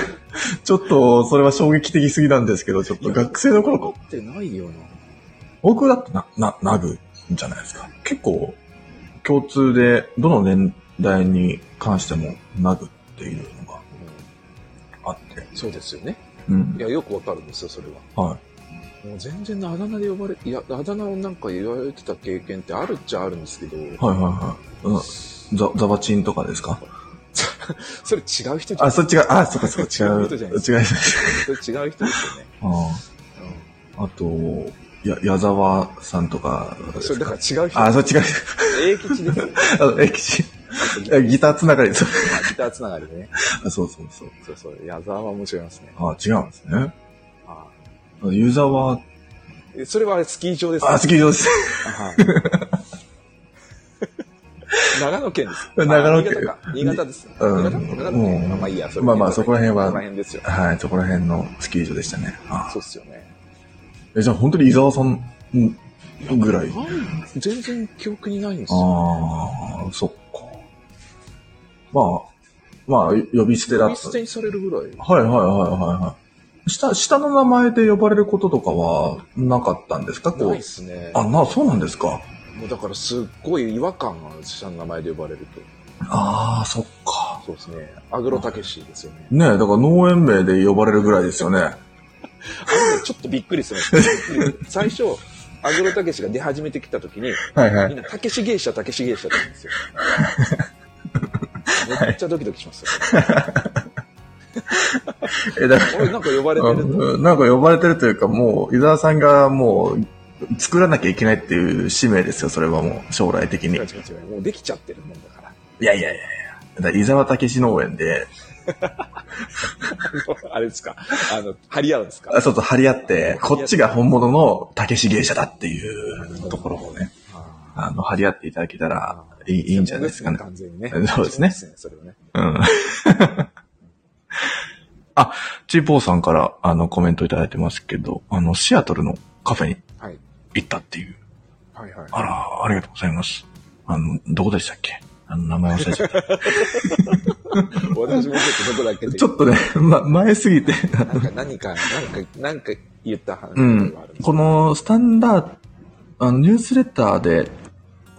[SPEAKER 1] ちょっと、それは衝撃的すぎなんですけど、ちょっと学生の頃
[SPEAKER 2] 持ってないよな。
[SPEAKER 1] 僕だってな、な、なぐんじゃないですか。結構、共通で、どの年代に関しても、なぐっていうのが
[SPEAKER 2] う
[SPEAKER 1] あって。
[SPEAKER 2] んそうですよね。
[SPEAKER 1] うん
[SPEAKER 2] い。や、よくわかるんですよ、それは。
[SPEAKER 1] は
[SPEAKER 2] もう全然あだ名で呼ばれいやあだ名をなんか言われてた経験ってあるっちゃあるんですけど、
[SPEAKER 1] はいはいはい。うん、ザザバチンとかですか
[SPEAKER 2] それ違う人じゃ
[SPEAKER 1] あ、
[SPEAKER 2] ない
[SPEAKER 1] そっちが、あ、そっかそっか、違う。
[SPEAKER 2] 違う人じゃ
[SPEAKER 1] 違
[SPEAKER 2] ない
[SPEAKER 1] います。
[SPEAKER 2] それ違う人ですよね、
[SPEAKER 1] うんあと、や、矢沢さんとか
[SPEAKER 2] う
[SPEAKER 1] で
[SPEAKER 2] ん、そ
[SPEAKER 1] す
[SPEAKER 2] れだ
[SPEAKER 1] か。
[SPEAKER 2] から違う人
[SPEAKER 1] あ、そっちが、
[SPEAKER 2] 英吉ですよ
[SPEAKER 1] あの、え、吉
[SPEAKER 2] あとギタ
[SPEAKER 1] え
[SPEAKER 2] ー
[SPEAKER 1] ギターつながりです。
[SPEAKER 2] ギターつながりでね
[SPEAKER 1] あそうそうそう。
[SPEAKER 2] そうそう矢沢も違いますね
[SPEAKER 1] あ、違うんですね。
[SPEAKER 2] あ
[SPEAKER 1] ユーザーは、
[SPEAKER 2] あそれはあれスキー場です
[SPEAKER 1] あ、スキー場です。
[SPEAKER 2] はい長野県です。
[SPEAKER 1] 長野県
[SPEAKER 2] あ新潟か新潟です。
[SPEAKER 1] うん
[SPEAKER 2] 新潟長野県
[SPEAKER 1] うん
[SPEAKER 2] まあまあいいや、
[SPEAKER 1] まあまあそこら辺は
[SPEAKER 2] そこら辺ですよ。
[SPEAKER 1] はい、そこら辺のスキー場でしたね。あ
[SPEAKER 2] そうっすよね。
[SPEAKER 1] えじゃあ本当に伊沢さんんぐらい。あ
[SPEAKER 2] はい全然記憶にないんですよ。
[SPEAKER 1] あー、そっか。まあ、まあ、呼び捨てだ
[SPEAKER 2] 呼
[SPEAKER 1] っ
[SPEAKER 2] び
[SPEAKER 1] た
[SPEAKER 2] 捨。てにされるぐらい。
[SPEAKER 1] はいはいはいはいはい。下、下の名前で呼ばれることとかはなかったんですかこ
[SPEAKER 2] な
[SPEAKER 1] う
[SPEAKER 2] いっ。すね。
[SPEAKER 1] あ、な、そうなんですか。
[SPEAKER 2] もうだからすっごい違和感が下の名前で呼ばれると。
[SPEAKER 1] ああ、そっか。
[SPEAKER 2] そうですね。アグロタケシですよね。
[SPEAKER 1] ねえ、だから農園名で呼ばれるぐらいですよね。
[SPEAKER 2] あれねちょっとびっくり するんですよびっくり最初、アグロタケシが出始めてきたときに、
[SPEAKER 1] はいは
[SPEAKER 2] みん。な、たけし芸者、たけし芸者って言うんですよ。めっちゃドキドキしますよ。
[SPEAKER 1] え、だか
[SPEAKER 2] 俺なんか呼ばれ
[SPEAKER 1] ら、
[SPEAKER 2] てると。
[SPEAKER 1] うんなんか呼ばれてるというか、もう、伊沢さんがもう、作らなきゃいけないっていう使命ですよ、それはもう、将来的に。
[SPEAKER 2] 違う違う違う。もうできちゃってるもんだから。
[SPEAKER 1] いやいやいやいや。だから伊沢武史農園で、
[SPEAKER 2] あれですか。あの、張り合うんですか。
[SPEAKER 1] あそうそう、張り合って、こっちが本物の武史芸者だっていうところをね、
[SPEAKER 2] あ
[SPEAKER 1] あの、張り合っていただけたらいい
[SPEAKER 2] ー
[SPEAKER 1] いいんじゃないですかね。
[SPEAKER 2] 完全にね。
[SPEAKER 1] そうですね
[SPEAKER 2] そうそれはね。
[SPEAKER 1] うん。 あ、チーポーさんからあのコメントいただいてますけど、あの、シアトルのカフェに
[SPEAKER 2] はい。
[SPEAKER 1] 行ったっていう。
[SPEAKER 2] はいはい。
[SPEAKER 1] あら、ありがとうございます。あの、どこでしたっけあの、名前忘れち ゃった。
[SPEAKER 2] 私もちょっとどこだっけ
[SPEAKER 1] ちょっとね、 ま、前すぎて。
[SPEAKER 2] なんか何か、なんか、なんか言った話があ
[SPEAKER 1] う
[SPEAKER 2] る
[SPEAKER 1] ん
[SPEAKER 2] んで す。
[SPEAKER 1] この、スタンダード、あの、ニュースレターで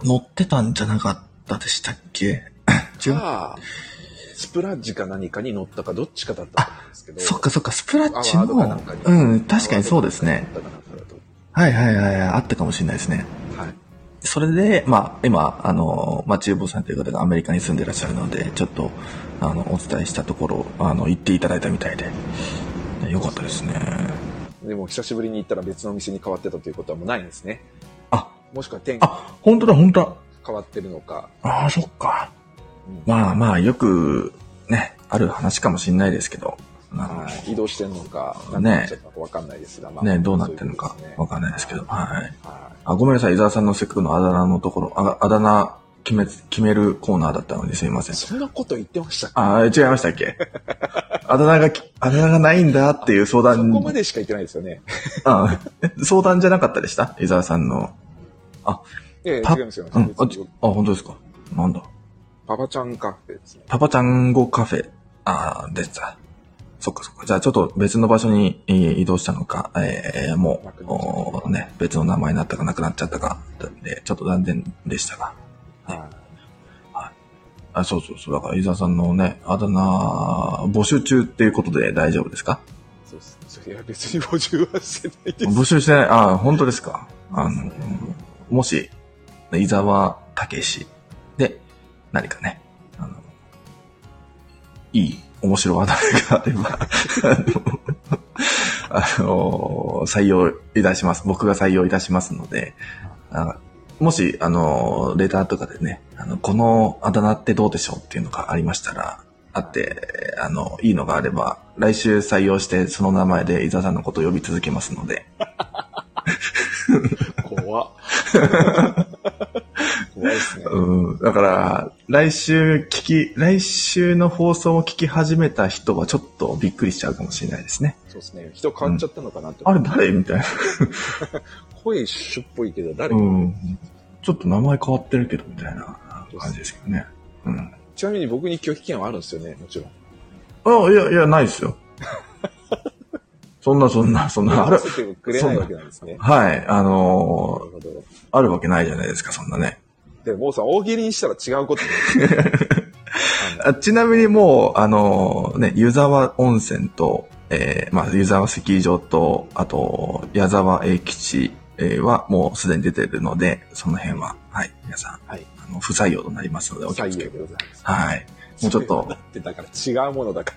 [SPEAKER 1] 載ってたんじゃなかったでしたっけ 違う。
[SPEAKER 2] が、スプラッジか何かに乗ったかどっちかだったと思うんですけど。
[SPEAKER 1] そっかそっか、スプラッチ
[SPEAKER 2] アワードかな
[SPEAKER 1] の
[SPEAKER 2] んかに、
[SPEAKER 1] うん、確かにそうですね。
[SPEAKER 2] アワードかなんかだと
[SPEAKER 1] はいはいはいはい、あったかもしれないですね。
[SPEAKER 2] はい。
[SPEAKER 1] それで、まあ、今、あの、まあ、厨房さんという方がアメリカに住んでらっしゃるので、ちょっと、あの、お伝えしたところ、あの、行っていただいたみたいで、よかったですね。
[SPEAKER 2] でも久しぶりに行ったら別のお店に変わってたということはもうないんですね。
[SPEAKER 1] あ、
[SPEAKER 2] もしくは店が
[SPEAKER 1] あ、本当だ、本当
[SPEAKER 2] 変わってるのか。
[SPEAKER 1] だ。ああ、そっか。
[SPEAKER 2] うん
[SPEAKER 1] まあまあ、よく、ね、ある話かもしれないですけど、あ
[SPEAKER 2] はい移動してるのか、
[SPEAKER 1] ね
[SPEAKER 2] なんかなっちゃったのかわかんないですが、ま
[SPEAKER 1] の、
[SPEAKER 2] あ
[SPEAKER 1] ね、どうなってるのか
[SPEAKER 2] そういうこ
[SPEAKER 1] わ
[SPEAKER 2] と
[SPEAKER 1] かんないですけど、はい。
[SPEAKER 2] ですねはい
[SPEAKER 1] あ、ごめんなさい、伊沢さんのせっかくのあだ名のところ、ああだ名決め、決めるコーナーだったのにすみません。
[SPEAKER 2] そんなこと言ってましたか
[SPEAKER 1] あ、違いましたっけ あだ名がき、あだ名がないんだっていう相
[SPEAKER 2] そ
[SPEAKER 1] 談
[SPEAKER 2] こまでしか言ってないですよね。
[SPEAKER 1] あ え相談じゃなかったでした伊沢さんの。
[SPEAKER 2] ええ、
[SPEAKER 1] パ
[SPEAKER 2] 違いますよ。
[SPEAKER 1] うん。あ、
[SPEAKER 2] 別
[SPEAKER 1] ち
[SPEAKER 2] に
[SPEAKER 1] あ本当ですかなんだ。
[SPEAKER 2] パパちゃんカフェですね。
[SPEAKER 1] パパちゃん語カフェ。あーでした。そっかそっか。じゃあちょっと別の場所にえー移動したのか、えーも
[SPEAKER 2] な
[SPEAKER 1] う、
[SPEAKER 2] くなっちゃった
[SPEAKER 1] おーね、別の名前になったかなくなっちゃったか、でちょっと残念でしたが。
[SPEAKER 2] は
[SPEAKER 1] あ、そうそうそう。だから伊沢さんのね、あだ名、募集中っていうことで大丈夫ですか
[SPEAKER 2] い。そうです。それいや、別に補充はしてないです。
[SPEAKER 1] 募集してない。あー、本当ですか。あの、もし、伊沢武史で、何かね、あの、いい、面白い話題があれば、 あの、あの採用いたします。僕が採用いたしますので、あもし、あの、レターとかでね、あの、このあだ名ってどうでしょうっていうのがありましたら、あって、あの、いいのがあれば、来週採用して、その名前で伊沢さんのことを呼び続けますので、
[SPEAKER 2] 怖っ怖いですね。
[SPEAKER 1] うん、だから、来週聞き、来週の放送を聞き始めた人はちょっとびっくりしちゃうかもしれないですね。
[SPEAKER 2] そうですね。人変わっちゃったのかなって。
[SPEAKER 1] あれ誰みたいな。
[SPEAKER 2] 声一緒っぽいけど、誰
[SPEAKER 1] うん。ちょっと名前変わってるけど、みたいな感じですけどね。うん。
[SPEAKER 2] ちなみに僕に拒否権はあるんですよね、もちろん。
[SPEAKER 1] あ、いや、いや、ないですよ。 そんな、そんな、そんな、ある
[SPEAKER 2] 見、せてくれないわけなんですね。
[SPEAKER 1] はい、あ
[SPEAKER 2] な
[SPEAKER 1] の
[SPEAKER 2] るほど。
[SPEAKER 1] ーあるわけないじゃないですか、そんなね。
[SPEAKER 2] でも、もうさん、大喜利にしたら違うことになる
[SPEAKER 1] あちなみにもう、あのーね、湯沢温泉と、えーまあ、湯沢石場と、あと、矢沢永吉えーはもうすでに出てるので、その辺は、はい、皆さん、
[SPEAKER 2] はい
[SPEAKER 1] あの不採用となります ので、お気をつけ
[SPEAKER 2] で
[SPEAKER 1] く
[SPEAKER 2] ございます。
[SPEAKER 1] ださい。はい。もうちょっ
[SPEAKER 2] それはだ
[SPEAKER 1] と、
[SPEAKER 2] ってだから違うものだか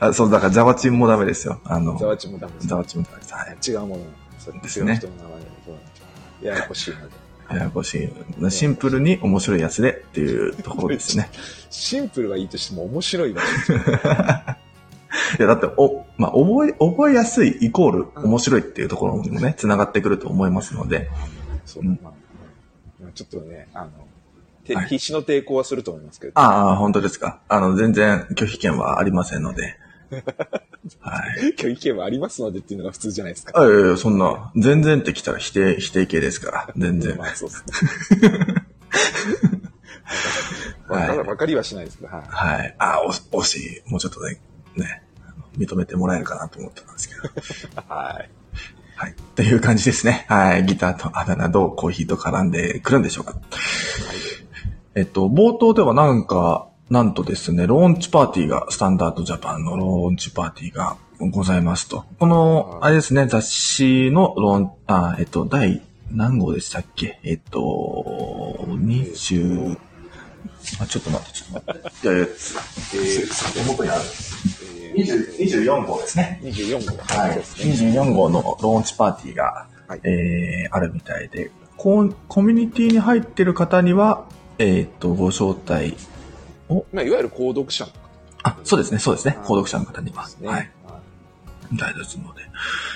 [SPEAKER 2] ら。
[SPEAKER 1] あそう、だから、ザワチンもダメですよ。あの、
[SPEAKER 2] ザワチもダメです。
[SPEAKER 1] ザワチンもダメです。はい。
[SPEAKER 2] 違うものなんですよ。
[SPEAKER 1] ですね
[SPEAKER 2] 違う人の名前でそうなんですよややこしいなで。
[SPEAKER 1] ややこしい。シンプルに面白いやつでっていうところです ね。
[SPEAKER 2] シンプルがいいとしても面白いわ。
[SPEAKER 1] いや、だって、お、まあ、覚え、覚えやすいイコール面白いっていうところにもね、繋がってくると思いますので、
[SPEAKER 2] そう
[SPEAKER 1] うん
[SPEAKER 2] まあまあ、ちょっとね、あの、て
[SPEAKER 1] はい
[SPEAKER 2] 必死の抵抗はすると思いますけど、
[SPEAKER 1] ああ、本当ですか。あの、全然拒否権はありませんので。はい。
[SPEAKER 2] 今日意見はありますのでっていうのが普通じゃないですか。
[SPEAKER 1] あいやいや、そんな、全然ってきたら否定、否定系ですから、全然
[SPEAKER 2] ま。あ、そうですね。わ
[SPEAKER 1] はい
[SPEAKER 2] かわかりはしないですけど、はい。
[SPEAKER 1] はい。ああ、お惜しい。もうちょっとね、ね、あの認めてもらえるかなと思ってたんですけど。
[SPEAKER 2] はい。
[SPEAKER 1] はい。という感じですね。はい。ギターとあだ名どうコーヒーと絡んでくるんでしょうか。えっと、冒頭ではなんか、なんとですね、ローンチパーティーが、スタンダードジャパンのローンチパーティーがございますと。この、
[SPEAKER 2] はい
[SPEAKER 1] あれですね、雑誌のローン、あ、えっと、第何号でしたっけえっと、20、あ、ちょっと待って、ちょっと待 って。いやいや、えー、手元にある。
[SPEAKER 2] え
[SPEAKER 1] 20 24号ですね。
[SPEAKER 2] ー、24号。
[SPEAKER 1] は、
[SPEAKER 2] はいい。そうですね。
[SPEAKER 1] 24号のローンチパーティーが、
[SPEAKER 2] はい
[SPEAKER 1] えーあるみたいでコン、コミュニティに入ってる方には、えーっと、ご招待、
[SPEAKER 2] まあ、いわゆる購読者の方
[SPEAKER 1] あ、そうですね、そうですね
[SPEAKER 2] は、い
[SPEAKER 1] 購読者の方には
[SPEAKER 2] です、ね。
[SPEAKER 1] はい、。大丈夫ですので、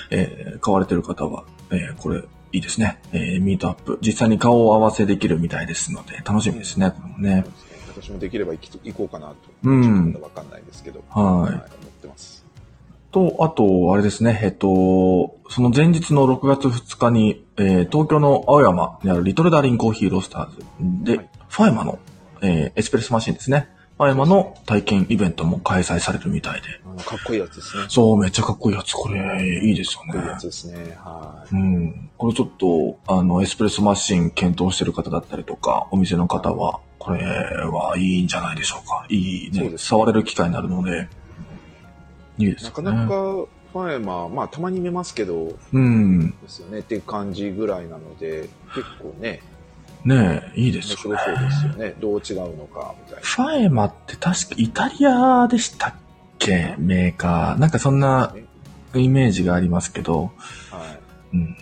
[SPEAKER 1] えー買われてる方は、えーこれ、いいですね、えーミートアップ、実際に顔を合わせできるみたいですので、楽しみですね、これもね。
[SPEAKER 2] 私もできれば行き行こうかなと。
[SPEAKER 1] うん
[SPEAKER 2] ちょっとまだわかんないですけど。
[SPEAKER 1] はい
[SPEAKER 2] 思ってます。
[SPEAKER 1] と、あと、あれですね、えっと、その前日の6月2日に、えー東京の青山にあるリトルダーリンコーヒーロースターズで、
[SPEAKER 2] はい
[SPEAKER 1] ファイマの、えーエスプレスマシンですね。ファイマの体験イベントも開催されるみたいで。
[SPEAKER 2] あのかっこいいやつですね。
[SPEAKER 1] そう、めっちゃかっこいいやつ、これ、いいですよ
[SPEAKER 2] かっこいいや
[SPEAKER 1] ね。
[SPEAKER 2] つですね。は
[SPEAKER 1] うん。これちょっと、あの、エスプレスマシン検討してる方だったりとか、お店の方は、これはいいんじゃないでしょうか。いい
[SPEAKER 2] そう
[SPEAKER 1] ね。
[SPEAKER 2] ですね
[SPEAKER 1] 触れる機会になるので、いいで
[SPEAKER 2] い。
[SPEAKER 1] す
[SPEAKER 2] な
[SPEAKER 1] よ
[SPEAKER 2] か
[SPEAKER 1] ね。
[SPEAKER 2] なか、ファイマー、まあ、たまに見ますけど、
[SPEAKER 1] うん。
[SPEAKER 2] ですよね。っていう感じぐらいなので、結構ね、
[SPEAKER 1] ねえ、いいで
[SPEAKER 2] 面
[SPEAKER 1] すよ
[SPEAKER 2] 白そうですよね。どう違うのか、みたいな。
[SPEAKER 1] ファエマって確かイタリアでしたっけメーカー。なんかそんな
[SPEAKER 2] ね
[SPEAKER 1] イメージがありますけど、
[SPEAKER 2] はい。
[SPEAKER 1] うん。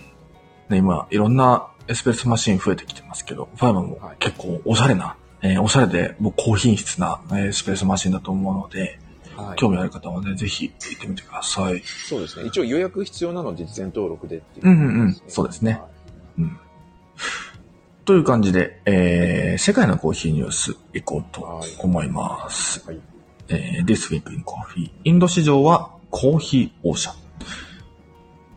[SPEAKER 1] ね、今、いろんなエスプレッソマシン増えてきてますけど、ファエマも
[SPEAKER 2] はい
[SPEAKER 1] 結構おしゃれな、えーおしゃれで、もう高品質なえーエスプレッソマシンだと思うので、
[SPEAKER 2] はい、
[SPEAKER 1] 興味ある方はね、ぜひ行ってみてください。
[SPEAKER 2] そうですね。一応予約必要なので、事前登録でっていう、
[SPEAKER 1] うんうんうんそうですね
[SPEAKER 2] はい
[SPEAKER 1] という感じで、えー、世界のコーヒーニュース行こうと思います。
[SPEAKER 2] はい。
[SPEAKER 1] えー This Week in Coffee。インド市場はコーヒーオーシャン。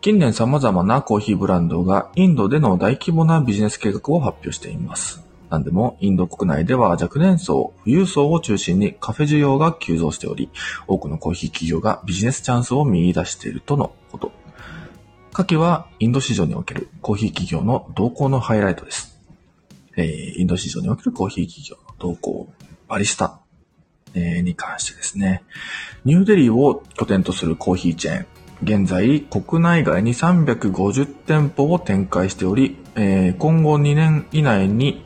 [SPEAKER 1] 近年様々なコーヒーブランドがインドでの大規模なビジネス計画を発表しています。なんでも、インド国内では若年層、富裕層を中心にカフェ需要が急増しており、多くのコーヒー企業がビジネスチャンスを見出しているとのこと。夏季はインド市場におけるコーヒー企業の動向のハイライトです。えーインド市場におけるコーヒー企業の動向、バリスタえーに関してですね。ニューデリーを拠点とするコーヒーチェーン。現在、国内外に350店舗を展開しており、えー今後2年以内に、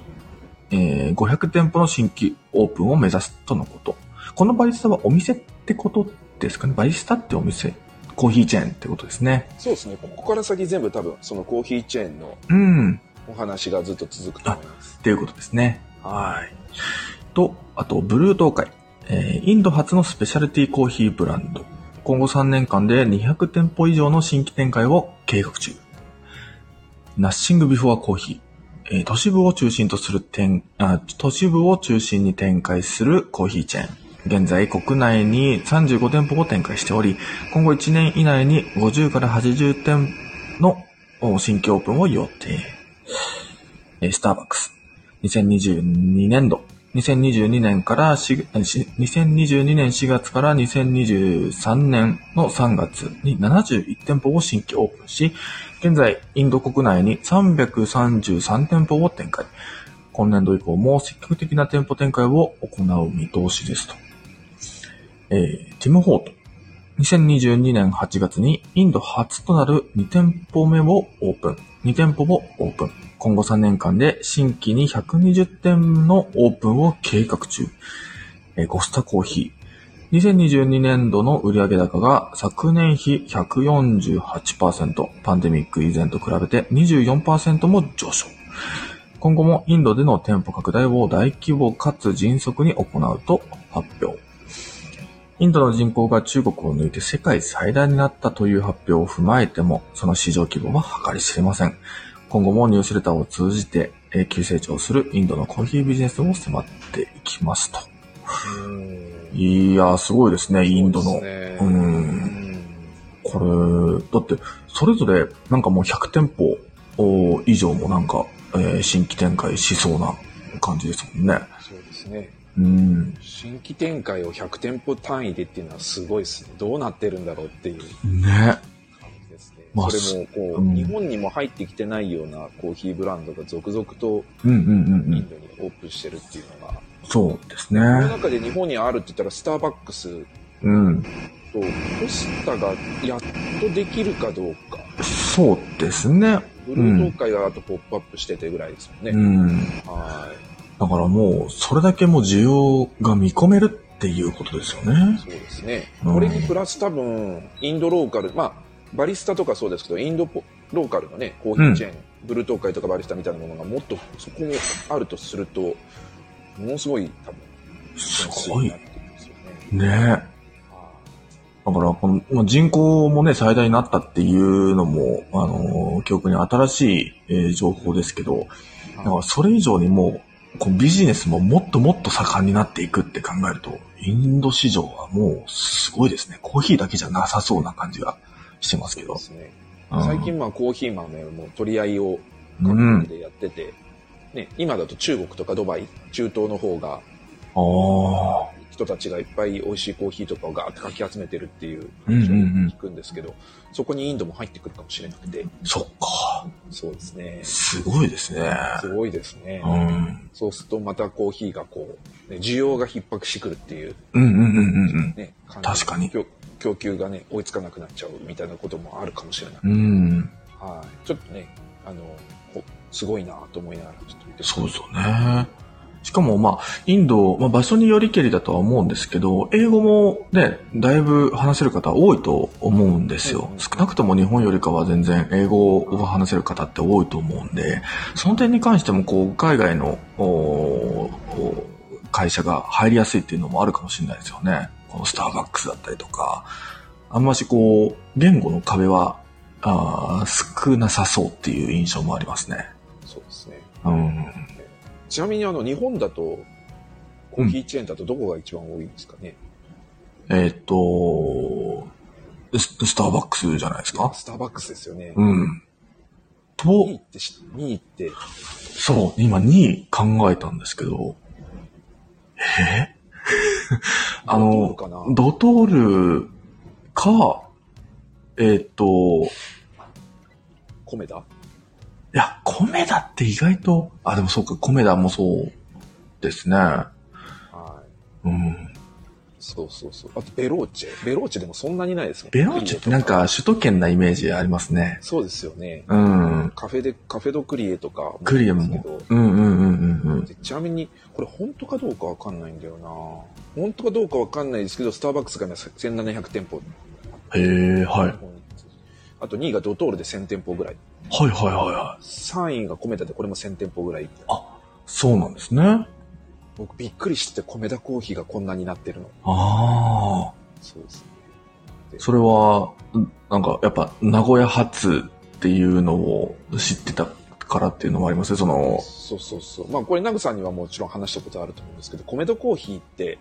[SPEAKER 1] えー500店舗の新規オープンを目指すとのこと。このバリスタはお店ってことですかねバリスタってお店、コーヒーチェーンってことですね。
[SPEAKER 2] そうですね。ここから先全部多分、そのコーヒーチェーンの
[SPEAKER 1] うん。
[SPEAKER 2] お話がずっと続くと思います。
[SPEAKER 1] っていうことですね。はい。と、あと、ブルー東海。えーインド初のスペシャルティーコーヒーブランド。今後3年間で200店舗以上の新規展開を計画中。ナッシングビフォアコーヒー。えー都市部を中心とする店あ、都市部を中心に展開するコーヒーチェーン。現在、国内に35店舗を展開しており、今後1年以内に50から80店のお新規オープンを予定。えースターバックス。2022年度。2022年から4、えし2022年4月から2023年の3月に71店舗を新規オープンし、現在、インド国内に333店舗を展開。今年度以降も積極的な店舗展開を行う見通しですと。えーティム・ホート。 2022年8月にインド初となる2店舗目をオープン。2店舗もオープン。今後3年間で新規に120店のオープンを計画中。えーゴスタコーヒー。2022年度の売上高が昨年比148%、パンデミック以前と比べて24%も上昇。今後もインドでの店舗拡大を大規模かつ迅速に行うと発表。インドの人口が中国を抜いて世界最大になったという発表を踏まえても、その市場規模は計り知れません。今後もニュースレターを通じてえー急成長するインドのコーヒービジネスを迫っていきますと。
[SPEAKER 2] うん
[SPEAKER 1] いやー、すごいですね、インド
[SPEAKER 2] そ
[SPEAKER 1] の
[SPEAKER 2] う。ですね
[SPEAKER 1] うん
[SPEAKER 2] うん
[SPEAKER 1] これ、だって、それぞれ、なんかもう100店舗おー以上もなんか、えー新規展開しそうな感じですもんね。
[SPEAKER 2] そうですね
[SPEAKER 1] うん。
[SPEAKER 2] 新規展開を100店舗単位でっていうのはすごいですねどうなってるんだろうっていう
[SPEAKER 1] ね。
[SPEAKER 2] 感じですね、
[SPEAKER 1] まあ
[SPEAKER 2] それもこう、
[SPEAKER 1] うん
[SPEAKER 2] 日本にも入ってきてないようなコーヒーブランドが続々と
[SPEAKER 1] うんうんうんう
[SPEAKER 2] イン
[SPEAKER 1] ん。
[SPEAKER 2] ドにオープンしてるっていうのが、
[SPEAKER 1] そうですね。
[SPEAKER 2] この中で日本にあるって言ったらスターバックス
[SPEAKER 1] うん。
[SPEAKER 2] とコスタがやっとできるかどうか
[SPEAKER 1] そうですね。
[SPEAKER 2] ブルー東海があとポップアップしててぐらいですもんね、
[SPEAKER 1] うん。
[SPEAKER 2] は
[SPEAKER 1] だからもう、それだけもう需要が見込めるっていうことですよ
[SPEAKER 2] い
[SPEAKER 1] ね。
[SPEAKER 2] そうですね、
[SPEAKER 1] うん
[SPEAKER 2] これにプラス多分インドローカルまあバリスタとかそうですけどインドポローカルのねコーヒーチェーン、ブルー東海とかバリスタみたいなものがもっとそこもあるとするとものすごい多分
[SPEAKER 1] すごい
[SPEAKER 2] チャンスにな。ってきますよね
[SPEAKER 1] ねえ。
[SPEAKER 2] は
[SPEAKER 1] だから、この、まあ人口もね、最大になったっていうのも、あのー記憶に新しい、えー情報ですけど、
[SPEAKER 2] い
[SPEAKER 1] だからそれ以上にもう、こうビジネスももっともっと盛んになっていくって考えると、インド市場はもうすごいですね。コーヒーだけじゃなさそうな感じがしてますけ
[SPEAKER 2] そう
[SPEAKER 1] ど
[SPEAKER 2] で。すね
[SPEAKER 1] うん
[SPEAKER 2] 最近まあコーヒー豆も取り合いを
[SPEAKER 1] う
[SPEAKER 2] 各
[SPEAKER 1] ん
[SPEAKER 2] 国。でやってて、ね、今だと中国とかドバイ中東の方が
[SPEAKER 1] ああ。
[SPEAKER 2] 人たちがいっぱい美味しいコーヒーとかをガーッとかき集めてるっていう
[SPEAKER 1] うんうん
[SPEAKER 2] 話を
[SPEAKER 1] うん
[SPEAKER 2] 聞くんですけど、そこにインドも入ってくるかもしれなくて
[SPEAKER 1] そっか。
[SPEAKER 2] そうですね
[SPEAKER 1] すごいですね。
[SPEAKER 2] すごいですね、
[SPEAKER 1] うん。
[SPEAKER 2] そうするとまたコーヒーがこう、ね、需要が逼迫してくるっていう、
[SPEAKER 1] うんうんうんうん
[SPEAKER 2] ね、感じ
[SPEAKER 1] 確かに
[SPEAKER 2] 供供給がね追いつかなくなっちゃうみたいなこともあるかもしれない、
[SPEAKER 1] うん。うん。
[SPEAKER 2] はいちょっとねあのおすごいなと思いながらちょっと見てます
[SPEAKER 1] そうですよね。しかも、まあ、インド、まあ、場所によりけりだとは思うんですけど、英語もね、だいぶ話せる方多いと思うんです
[SPEAKER 2] うん
[SPEAKER 1] よ
[SPEAKER 2] うんうん。
[SPEAKER 1] 少なくとも日本よりかは全然英語を話せる方って多いと思うんで、その点に関しても、こう、海外の、おーおー会社が入りやすいっていうのもあるかもしれないですよね。このスターバックスだったりとか、あんましこう、言語の壁は、あー少なさそうっていう印象もありますね。
[SPEAKER 2] そうですね
[SPEAKER 1] うん。
[SPEAKER 2] ちなみにあの日本だとコーヒーチェーンだとどこが一番多いんですかね、
[SPEAKER 1] えーっとス、スターバックスじゃないですか
[SPEAKER 2] スターバックスですよね。
[SPEAKER 1] うん。
[SPEAKER 2] 2位
[SPEAKER 1] と、
[SPEAKER 2] ってし、2位って、
[SPEAKER 1] そう、今2位考えたんですけど、えーあ
[SPEAKER 2] どう
[SPEAKER 1] の、
[SPEAKER 2] かな
[SPEAKER 1] ドトールか、えーっと、
[SPEAKER 2] 米だ
[SPEAKER 1] いや、コメダって意外と、あ、でもそうか、コメダもそうですね。
[SPEAKER 2] はい。
[SPEAKER 1] うん。
[SPEAKER 2] そうそうそう。あと、ベローチェ。ベローチェでもそんなにないですね。
[SPEAKER 1] ベローチェってなんか首都圏なイメージありますね。
[SPEAKER 2] そうですよね。
[SPEAKER 1] うん。
[SPEAKER 2] カフェで、カフェドクリエとか。
[SPEAKER 1] クリエム
[SPEAKER 2] ですけ
[SPEAKER 1] も
[SPEAKER 2] ど。
[SPEAKER 1] うんうんうんうんうん。
[SPEAKER 2] でちなみに、これ本当かどうかわかんないんだよな本当かどうかわかんないですけど、スターバックスが今1700店舗。
[SPEAKER 1] へえ、はい。はい
[SPEAKER 2] あと2位がドトールで1000店舗ぐらい。
[SPEAKER 1] はいはいはい。
[SPEAKER 2] 3位が米田でこれも1000店舗ぐらい。
[SPEAKER 1] そうなんですね。あ
[SPEAKER 2] 僕びっくりして米田コーヒーがこんなになってるの。
[SPEAKER 1] あ。
[SPEAKER 2] そうですね。
[SPEAKER 1] それは、んなんかやっぱ名古屋発っていうのを知ってたからっていうのもありますね。その、
[SPEAKER 2] そうそうそう。まあこれ、ナグさんにはもちろん話したことあると思うんですけど、コメドコーヒーって、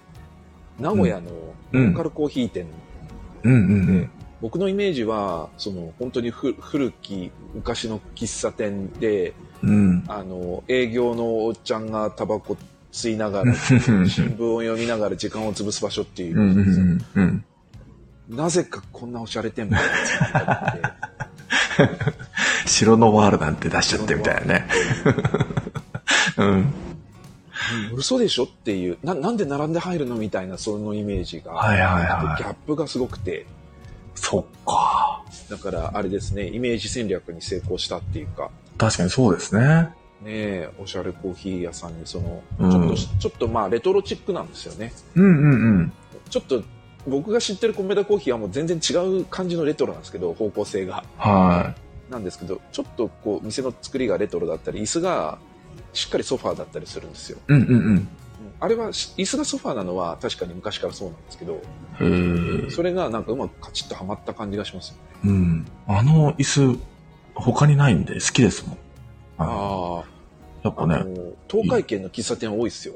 [SPEAKER 2] 名古屋の
[SPEAKER 1] う
[SPEAKER 2] ロ
[SPEAKER 1] ん
[SPEAKER 2] ーカルコーヒー店、
[SPEAKER 1] うんうんうん。
[SPEAKER 2] 僕のイメージは、その本当にふ古き昔の喫茶店で、
[SPEAKER 1] うん。
[SPEAKER 2] あの、営業のおっちゃんがタバコ吸いながら、新聞を読みながら時間を潰す場所っていう
[SPEAKER 1] うんうんう
[SPEAKER 2] う、
[SPEAKER 1] んうん。
[SPEAKER 2] なぜかこんなおしゃれ店舗が作ってあ
[SPEAKER 1] 白のワールなんて出しちゃってみたいなね。うん。
[SPEAKER 2] って、嘘でしょっていうな、なんで並んで入るのみたいな、そのイメージが、
[SPEAKER 1] はいはいはい
[SPEAKER 2] ギャップがすごくて、
[SPEAKER 1] そっか。
[SPEAKER 2] だから、あれですね、イメージ戦略に成功したっていうか、
[SPEAKER 1] 確かにそうですね。
[SPEAKER 2] ねえ、おしゃれコーヒー屋さんに、その、
[SPEAKER 1] うん
[SPEAKER 2] ちょっとし、ちょっとまあ、レトロチックなんですよね。
[SPEAKER 1] うんうんうん。
[SPEAKER 2] ちょっと、僕が知ってるコメダコーヒーはもう全然違う感じのレトロなんですけど、方向性が。
[SPEAKER 1] は
[SPEAKER 2] なんですけど、ちょっとこう、店の作りがレトロだったり、椅子がしっかりソファーだったりするんですよ。
[SPEAKER 1] い。うんうん
[SPEAKER 2] うんあれはし、椅子がソファーなのは確かに昔からそうなんですけど、
[SPEAKER 1] うん。へえ。
[SPEAKER 2] それがなんかうまくカチッとはまった感じがしますよね。
[SPEAKER 1] うん。あの椅子、他にないんで好きですもん。あ
[SPEAKER 2] あ
[SPEAKER 1] やっ
[SPEAKER 2] あ、あ
[SPEAKER 1] ぱね。
[SPEAKER 2] の、東海圏の喫茶店多いですよ。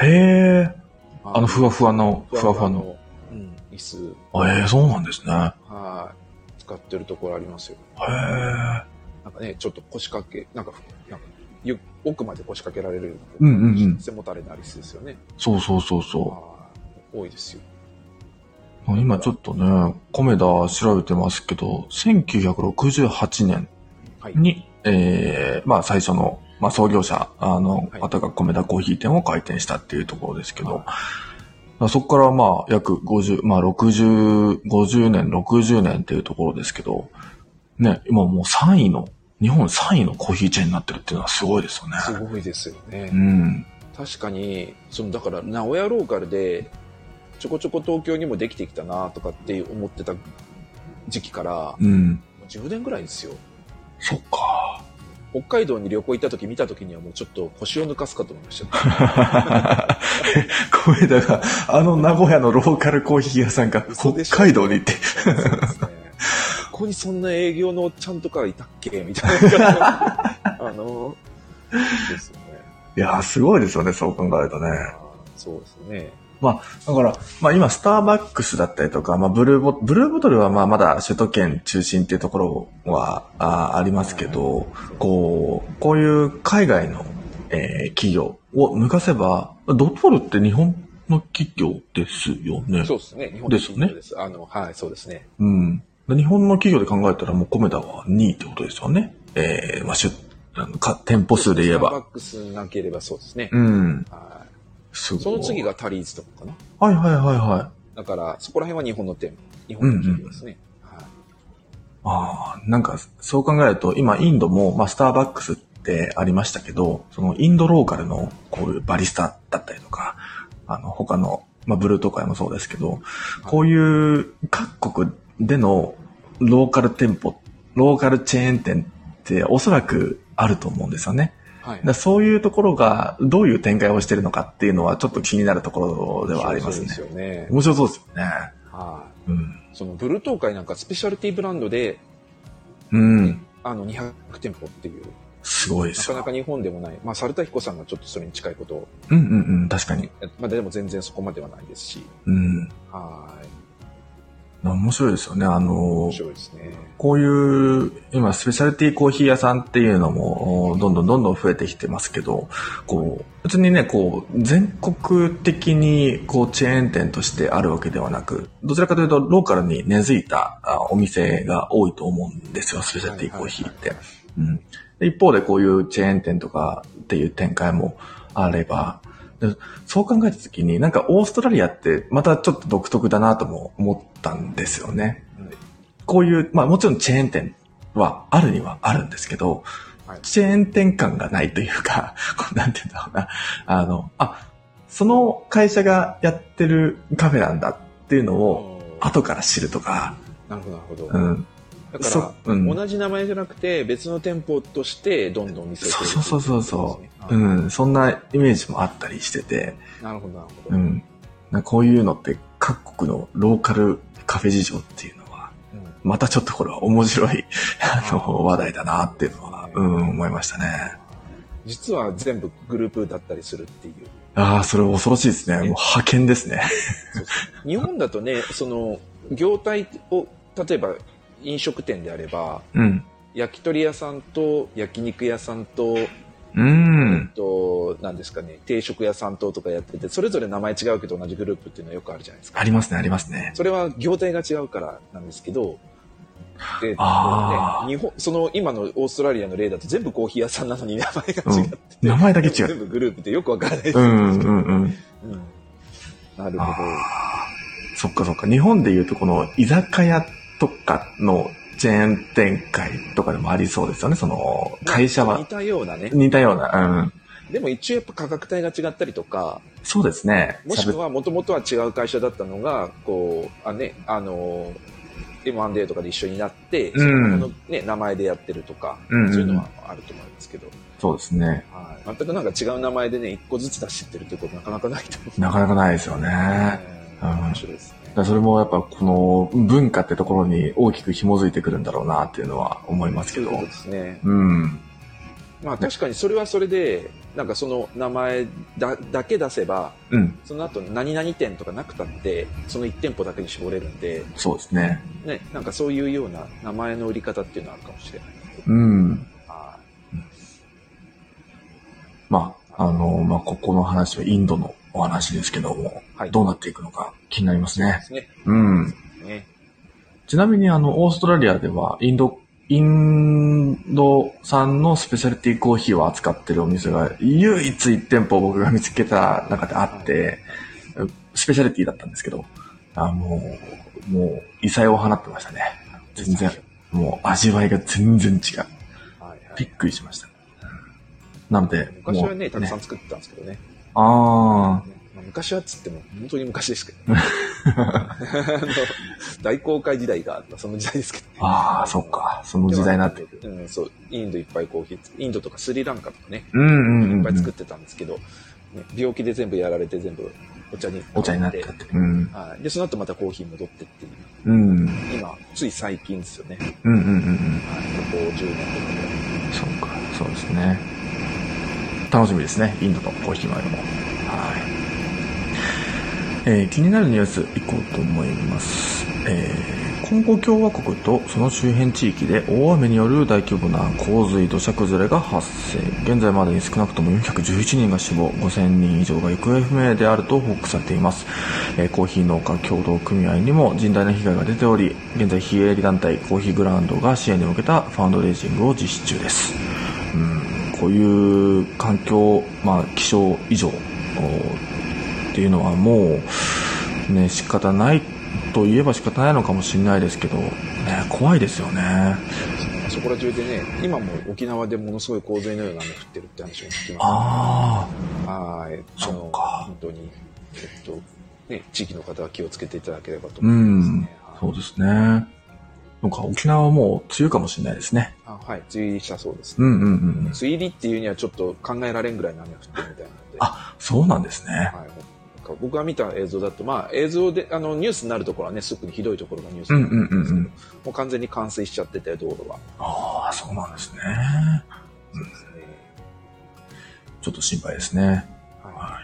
[SPEAKER 1] へえ。あのふわ
[SPEAKER 2] ふ
[SPEAKER 1] ふわの、ふわふわの。、
[SPEAKER 2] うん、椅子、
[SPEAKER 1] ええそうなんですね。へ
[SPEAKER 2] はい、使ってるところありますよ。
[SPEAKER 1] え。
[SPEAKER 2] なんかね、ちょっと腰掛け、なんか、なんかゆ奥まで腰掛けられるよ
[SPEAKER 1] う
[SPEAKER 2] なん
[SPEAKER 1] うんうん
[SPEAKER 2] 背もたれなりすですよね。
[SPEAKER 1] そうそうそうそ
[SPEAKER 2] はい多いですよ。
[SPEAKER 1] う。今ちょっとね、コメダ調べてますけど、1968年
[SPEAKER 2] はい。
[SPEAKER 1] に、ええまあ最初の、まあ創業者、あの
[SPEAKER 2] はい
[SPEAKER 1] 方がコメダコーヒー店を開店したっていうところですけど、まあそこからまあ約50、まあ60、50年、60年っていうところですけど、ね、今もう3位の、日本3位のコーヒーチェーンになってるっていうのはすごいですよね。
[SPEAKER 2] すごいですよね。
[SPEAKER 1] うん。
[SPEAKER 2] 確かに、その、だから、名古屋ローカルで、ちょこちょこ東京にもできてきたなとかって思ってた時期から、
[SPEAKER 1] うん。
[SPEAKER 2] 10年ぐらいですよ。
[SPEAKER 1] そっか。
[SPEAKER 2] 北海道に旅行行った時見た時にはもうちょっと腰を抜かすかと思いました。
[SPEAKER 1] コメダが、あの名古屋のローカルコーヒー屋さんが
[SPEAKER 2] 嘘
[SPEAKER 1] 北
[SPEAKER 2] でしょ
[SPEAKER 1] 海道に行って、
[SPEAKER 2] そうですねここにそんな営業のおっちゃんとかいたっけみたいな。あの、ですよね。
[SPEAKER 1] いやーすごいですよね、そう考えるとね。
[SPEAKER 2] あーそうですね。
[SPEAKER 1] だから、まあ今、スターバックスだったりとか、まあブルーボ、ブルーボトルはまあまだ首都圏中心っていうところはあーありますけど、こう、こういう海外の、えー企業を抜かせば、ドトールって日本の企業ですよね。
[SPEAKER 2] そうですね。日本
[SPEAKER 1] ですよね
[SPEAKER 2] です。あの、はい、そうですね。
[SPEAKER 1] うん。で日本の企業で考えたらもうコメダは2位ってことですよね。えー、まあ、出、あのか店舗数で言え
[SPEAKER 2] スター
[SPEAKER 1] ば。
[SPEAKER 2] バックスなければそうですね。
[SPEAKER 1] うん。
[SPEAKER 2] は
[SPEAKER 1] すご
[SPEAKER 2] い
[SPEAKER 1] い。
[SPEAKER 2] その次。がタリーズとかかな。
[SPEAKER 1] はいはいはいはい。
[SPEAKER 2] だから、そこら辺は日本の店、日本の企業ですね。はい
[SPEAKER 1] ああ、なんか、そう考えると、今、インドも、まあ、スターバックスってありましたけど、その、インドローカルの、こういうバリスタだったりとか、あの、他の、まあ、ブルート会もそうですけど、こういう、各国での、ローカル店舗、ローカルチェーン店って、おそらく、あると思うんですよね。
[SPEAKER 2] はい
[SPEAKER 1] だからそういうところが、どういう展開をしてるのかっていうのは、ちょっと気になるところではありますね
[SPEAKER 2] 面。白いですよね。
[SPEAKER 1] 面白そうですよね。
[SPEAKER 2] はい
[SPEAKER 1] うん。
[SPEAKER 2] そのブルートー会なんかスペシャルティブランドで、
[SPEAKER 1] うん。
[SPEAKER 2] あの、200店舗っていう、
[SPEAKER 1] すごいで
[SPEAKER 2] な
[SPEAKER 1] す
[SPEAKER 2] か
[SPEAKER 1] よ。
[SPEAKER 2] なか日本でもない。まあ、猿田彦さんがちょっとそれに近いことを、
[SPEAKER 1] うんうんうん、確かに。
[SPEAKER 2] まあ、でも全然そこまではないですし。
[SPEAKER 1] うん。
[SPEAKER 2] はーい。
[SPEAKER 1] 面白いですよね。あの
[SPEAKER 2] 面、白いですね。
[SPEAKER 1] こういう、今、スペシャルティーコーヒー屋さんっていうのも、どんどんどんどん増えてきてますけど、こう、別にね、こう、全国的に、こう、チェーン店としてあるわけではなく、どちらかというと、ローカルに根付いたあお店が多いと思うんですよ、スペシャルティーコーヒーって。うん。で一方で、こういうチェーン店とかっていう展開もあれば、でそう考えたときに、なんかオーストラリアってまたちょっと独特だなとも思ったんですよね。こういう、まあもちろんチェーン店はあるにはあるんですけど、
[SPEAKER 2] はい
[SPEAKER 1] チェーン店感がないというか、 こうなんて言うんだろうな、あの、あ、その会社がやってるカフェなんだっていうのを
[SPEAKER 2] あ
[SPEAKER 1] 後から知るとか、
[SPEAKER 2] なるほど、なるほど。
[SPEAKER 1] うん。
[SPEAKER 2] だか
[SPEAKER 1] そ
[SPEAKER 2] ら、
[SPEAKER 1] うん、
[SPEAKER 2] 同じ名前じゃなくて、別の店舗として、どんどん店を
[SPEAKER 1] そうそうそうそうそ
[SPEAKER 2] 広げていくって
[SPEAKER 1] う。
[SPEAKER 2] ことですね
[SPEAKER 1] うん。そんなイメージもあったりしてて、
[SPEAKER 2] あなるほど、なるほ
[SPEAKER 1] う
[SPEAKER 2] ど。
[SPEAKER 1] ん。なんかこういうのって各国のローカルカフェ事情っていうのは、
[SPEAKER 2] うん
[SPEAKER 1] またちょっとこれは面白い、あ
[SPEAKER 2] あー
[SPEAKER 1] の、話題だなっていうのは、うん、思いましたね。
[SPEAKER 2] 実は全部グループだったりするっていう。
[SPEAKER 1] ああ、それ恐ろしいですね。もう派遣ですね。
[SPEAKER 2] そうそう日本だとね、その、業態を、例えば飲食店であれば、
[SPEAKER 1] うん。
[SPEAKER 2] 焼き鳥屋さんと焼肉屋さんと、
[SPEAKER 1] う
[SPEAKER 2] え
[SPEAKER 1] ん
[SPEAKER 2] っ。と、なんですかね、定食屋さんととかやってて、それぞれ名前違うけど同じグループっていうのはよくあるじゃないですか。
[SPEAKER 1] ありますね、ありますね。
[SPEAKER 2] それは業態が違うからなんですけど、で、
[SPEAKER 1] あー
[SPEAKER 2] ね、日本、その今のオーストラリアの例だと全部コーヒー屋さんなのに名前が違って、
[SPEAKER 1] 名前だけ違
[SPEAKER 2] 全
[SPEAKER 1] う。
[SPEAKER 2] 部グループってよくわからないです
[SPEAKER 1] う
[SPEAKER 2] よね
[SPEAKER 1] ん、うん、うん。
[SPEAKER 2] うんなるほど。
[SPEAKER 1] ああ。そっかそっか。日本でいうとこの居酒屋とかのチェーン展開とかでもありそうですよね、その、会社
[SPEAKER 2] 似
[SPEAKER 1] は。
[SPEAKER 2] たようなね。
[SPEAKER 1] 似たような、うん。
[SPEAKER 2] でも一応やっぱ価格帯が違ったりとか、
[SPEAKER 1] そうですね。
[SPEAKER 2] もしくはもともとは違う会社だったのが、こう、あね、あのー、M&A とかで一緒になって、
[SPEAKER 1] うん
[SPEAKER 2] その子の、ね、名前でやってるとか、
[SPEAKER 1] うんうんうん
[SPEAKER 2] そういうのはあると思いますけど、
[SPEAKER 1] そうですね。
[SPEAKER 2] はい全くなんか違う名前でね、一個ずつ出しってるってことなかなかないと思う。
[SPEAKER 1] なかなかないですよね。
[SPEAKER 2] うん
[SPEAKER 1] うん
[SPEAKER 2] 面白いです
[SPEAKER 1] だか
[SPEAKER 2] ね。
[SPEAKER 1] らそれもやっぱこの文化ってところに大きく紐づいてくるんだろうなっていうのは思いますけ
[SPEAKER 2] そういうこと
[SPEAKER 1] ど
[SPEAKER 2] で。すね。
[SPEAKER 1] うん。
[SPEAKER 2] まあ確かにそれはそれで、なんかその名前だだけ出せば、
[SPEAKER 1] うん。
[SPEAKER 2] その後何々店とかなくたって、その1店舗だけに絞れるんで、
[SPEAKER 1] そうですね。
[SPEAKER 2] ね、なんかそういうような名前の売り方っていうのはあるかもしれない。
[SPEAKER 1] うん。
[SPEAKER 2] は
[SPEAKER 1] まあ、あの、まあ、ここの話はインドのお話ですけども、
[SPEAKER 2] はい
[SPEAKER 1] どうなっていくのか気になります
[SPEAKER 2] い。で
[SPEAKER 1] ね。
[SPEAKER 2] すね。
[SPEAKER 1] うん。
[SPEAKER 2] ね。
[SPEAKER 1] ちなみにあの、オーストラリアでは、インド、インド産のスペシャリティコーヒーを扱ってるお店が唯一1店舗僕が見つけた中であって、スペシャリティだったんですけど、あもう、もう異彩を放ってましたね。全然、もう味わいが全然違う。
[SPEAKER 2] はいは
[SPEAKER 1] びっ
[SPEAKER 2] い。
[SPEAKER 1] くりしました。なので、
[SPEAKER 2] 昔はね、たくさ
[SPEAKER 1] ん。
[SPEAKER 2] ん作ってたんですけどね。
[SPEAKER 1] ああ、
[SPEAKER 2] まあ昔はっつっても、本当に昔で すけど、ね、あの大航海時代があった、その時代ですけどね。
[SPEAKER 1] ああ、そっか。その時代になってくる。
[SPEAKER 2] うん、そう、インドいっぱいコーヒー、インドとかスリランカとかね、
[SPEAKER 1] うんうんうん、
[SPEAKER 2] いっぱい作っ
[SPEAKER 1] って
[SPEAKER 2] たんですけど、ね病気で全部やられて全部お茶に。
[SPEAKER 1] お茶になったって。うん。
[SPEAKER 2] はい。で、その後またコーヒー戻ってっていう。
[SPEAKER 1] うん。うん
[SPEAKER 2] 今、つい最近ですよね。はい。こ
[SPEAKER 1] うんうんうん。
[SPEAKER 2] こ10年とかぐらい。
[SPEAKER 1] そうか、そうですね。楽しみですね、インドのコーヒー豆も。はい。えー気になるニュースいこうと思います。えーコンゴ共和国とその周辺地域で大雨による大規模な洪水土砂崩れが発生。現在までに少なくとも411人が死亡、5000人以上が行方不明であると報告されています。えーコーヒー農家協同組合にも甚大な被害が出ており、現在非営利団体コーヒーグラウンドが支援に向けたファンドレイジングを実施中です。うん、こういう環境、まあ、気象異常おっていうのはもう、ね、仕方ないといえば仕方ないのかもしれないですけど、ね、怖いですよね。
[SPEAKER 2] そこら中でね、今も沖縄でものすごい洪水のような雨降ってるって話を聞きま
[SPEAKER 1] あ
[SPEAKER 2] す。はい。あ
[SPEAKER 1] そ
[SPEAKER 2] の
[SPEAKER 1] っか
[SPEAKER 2] 本当に、えっと、ね、地域の方は気をつけていただければと
[SPEAKER 1] あ、う
[SPEAKER 2] 思います
[SPEAKER 1] ん
[SPEAKER 2] ね。、
[SPEAKER 1] そ
[SPEAKER 2] は
[SPEAKER 1] う
[SPEAKER 2] い
[SPEAKER 1] ですね。なんか沖縄はもう梅雨かもしれないですね。
[SPEAKER 2] あはい、梅雨入りしたそうです。
[SPEAKER 1] うんうんうん。
[SPEAKER 2] 梅雨入りっていうにはちょっと考えられんぐらいの雨が降ってるみたいなので。
[SPEAKER 1] あ、そうなんですね。
[SPEAKER 2] はい。なんか僕が見た映像だと、まあ映像で、あの、ニュースになるところはね、すぐにひどいところがニュー
[SPEAKER 1] う
[SPEAKER 2] ス
[SPEAKER 1] ん
[SPEAKER 2] に
[SPEAKER 1] う
[SPEAKER 2] なる
[SPEAKER 1] んうんん
[SPEAKER 2] で
[SPEAKER 1] う
[SPEAKER 2] すけど
[SPEAKER 1] ん。
[SPEAKER 2] もう完全に冠水しちゃってて、道路は。
[SPEAKER 1] ああ、そうなんですね。
[SPEAKER 2] そうですね。
[SPEAKER 1] ちょっと心配ですね。
[SPEAKER 2] は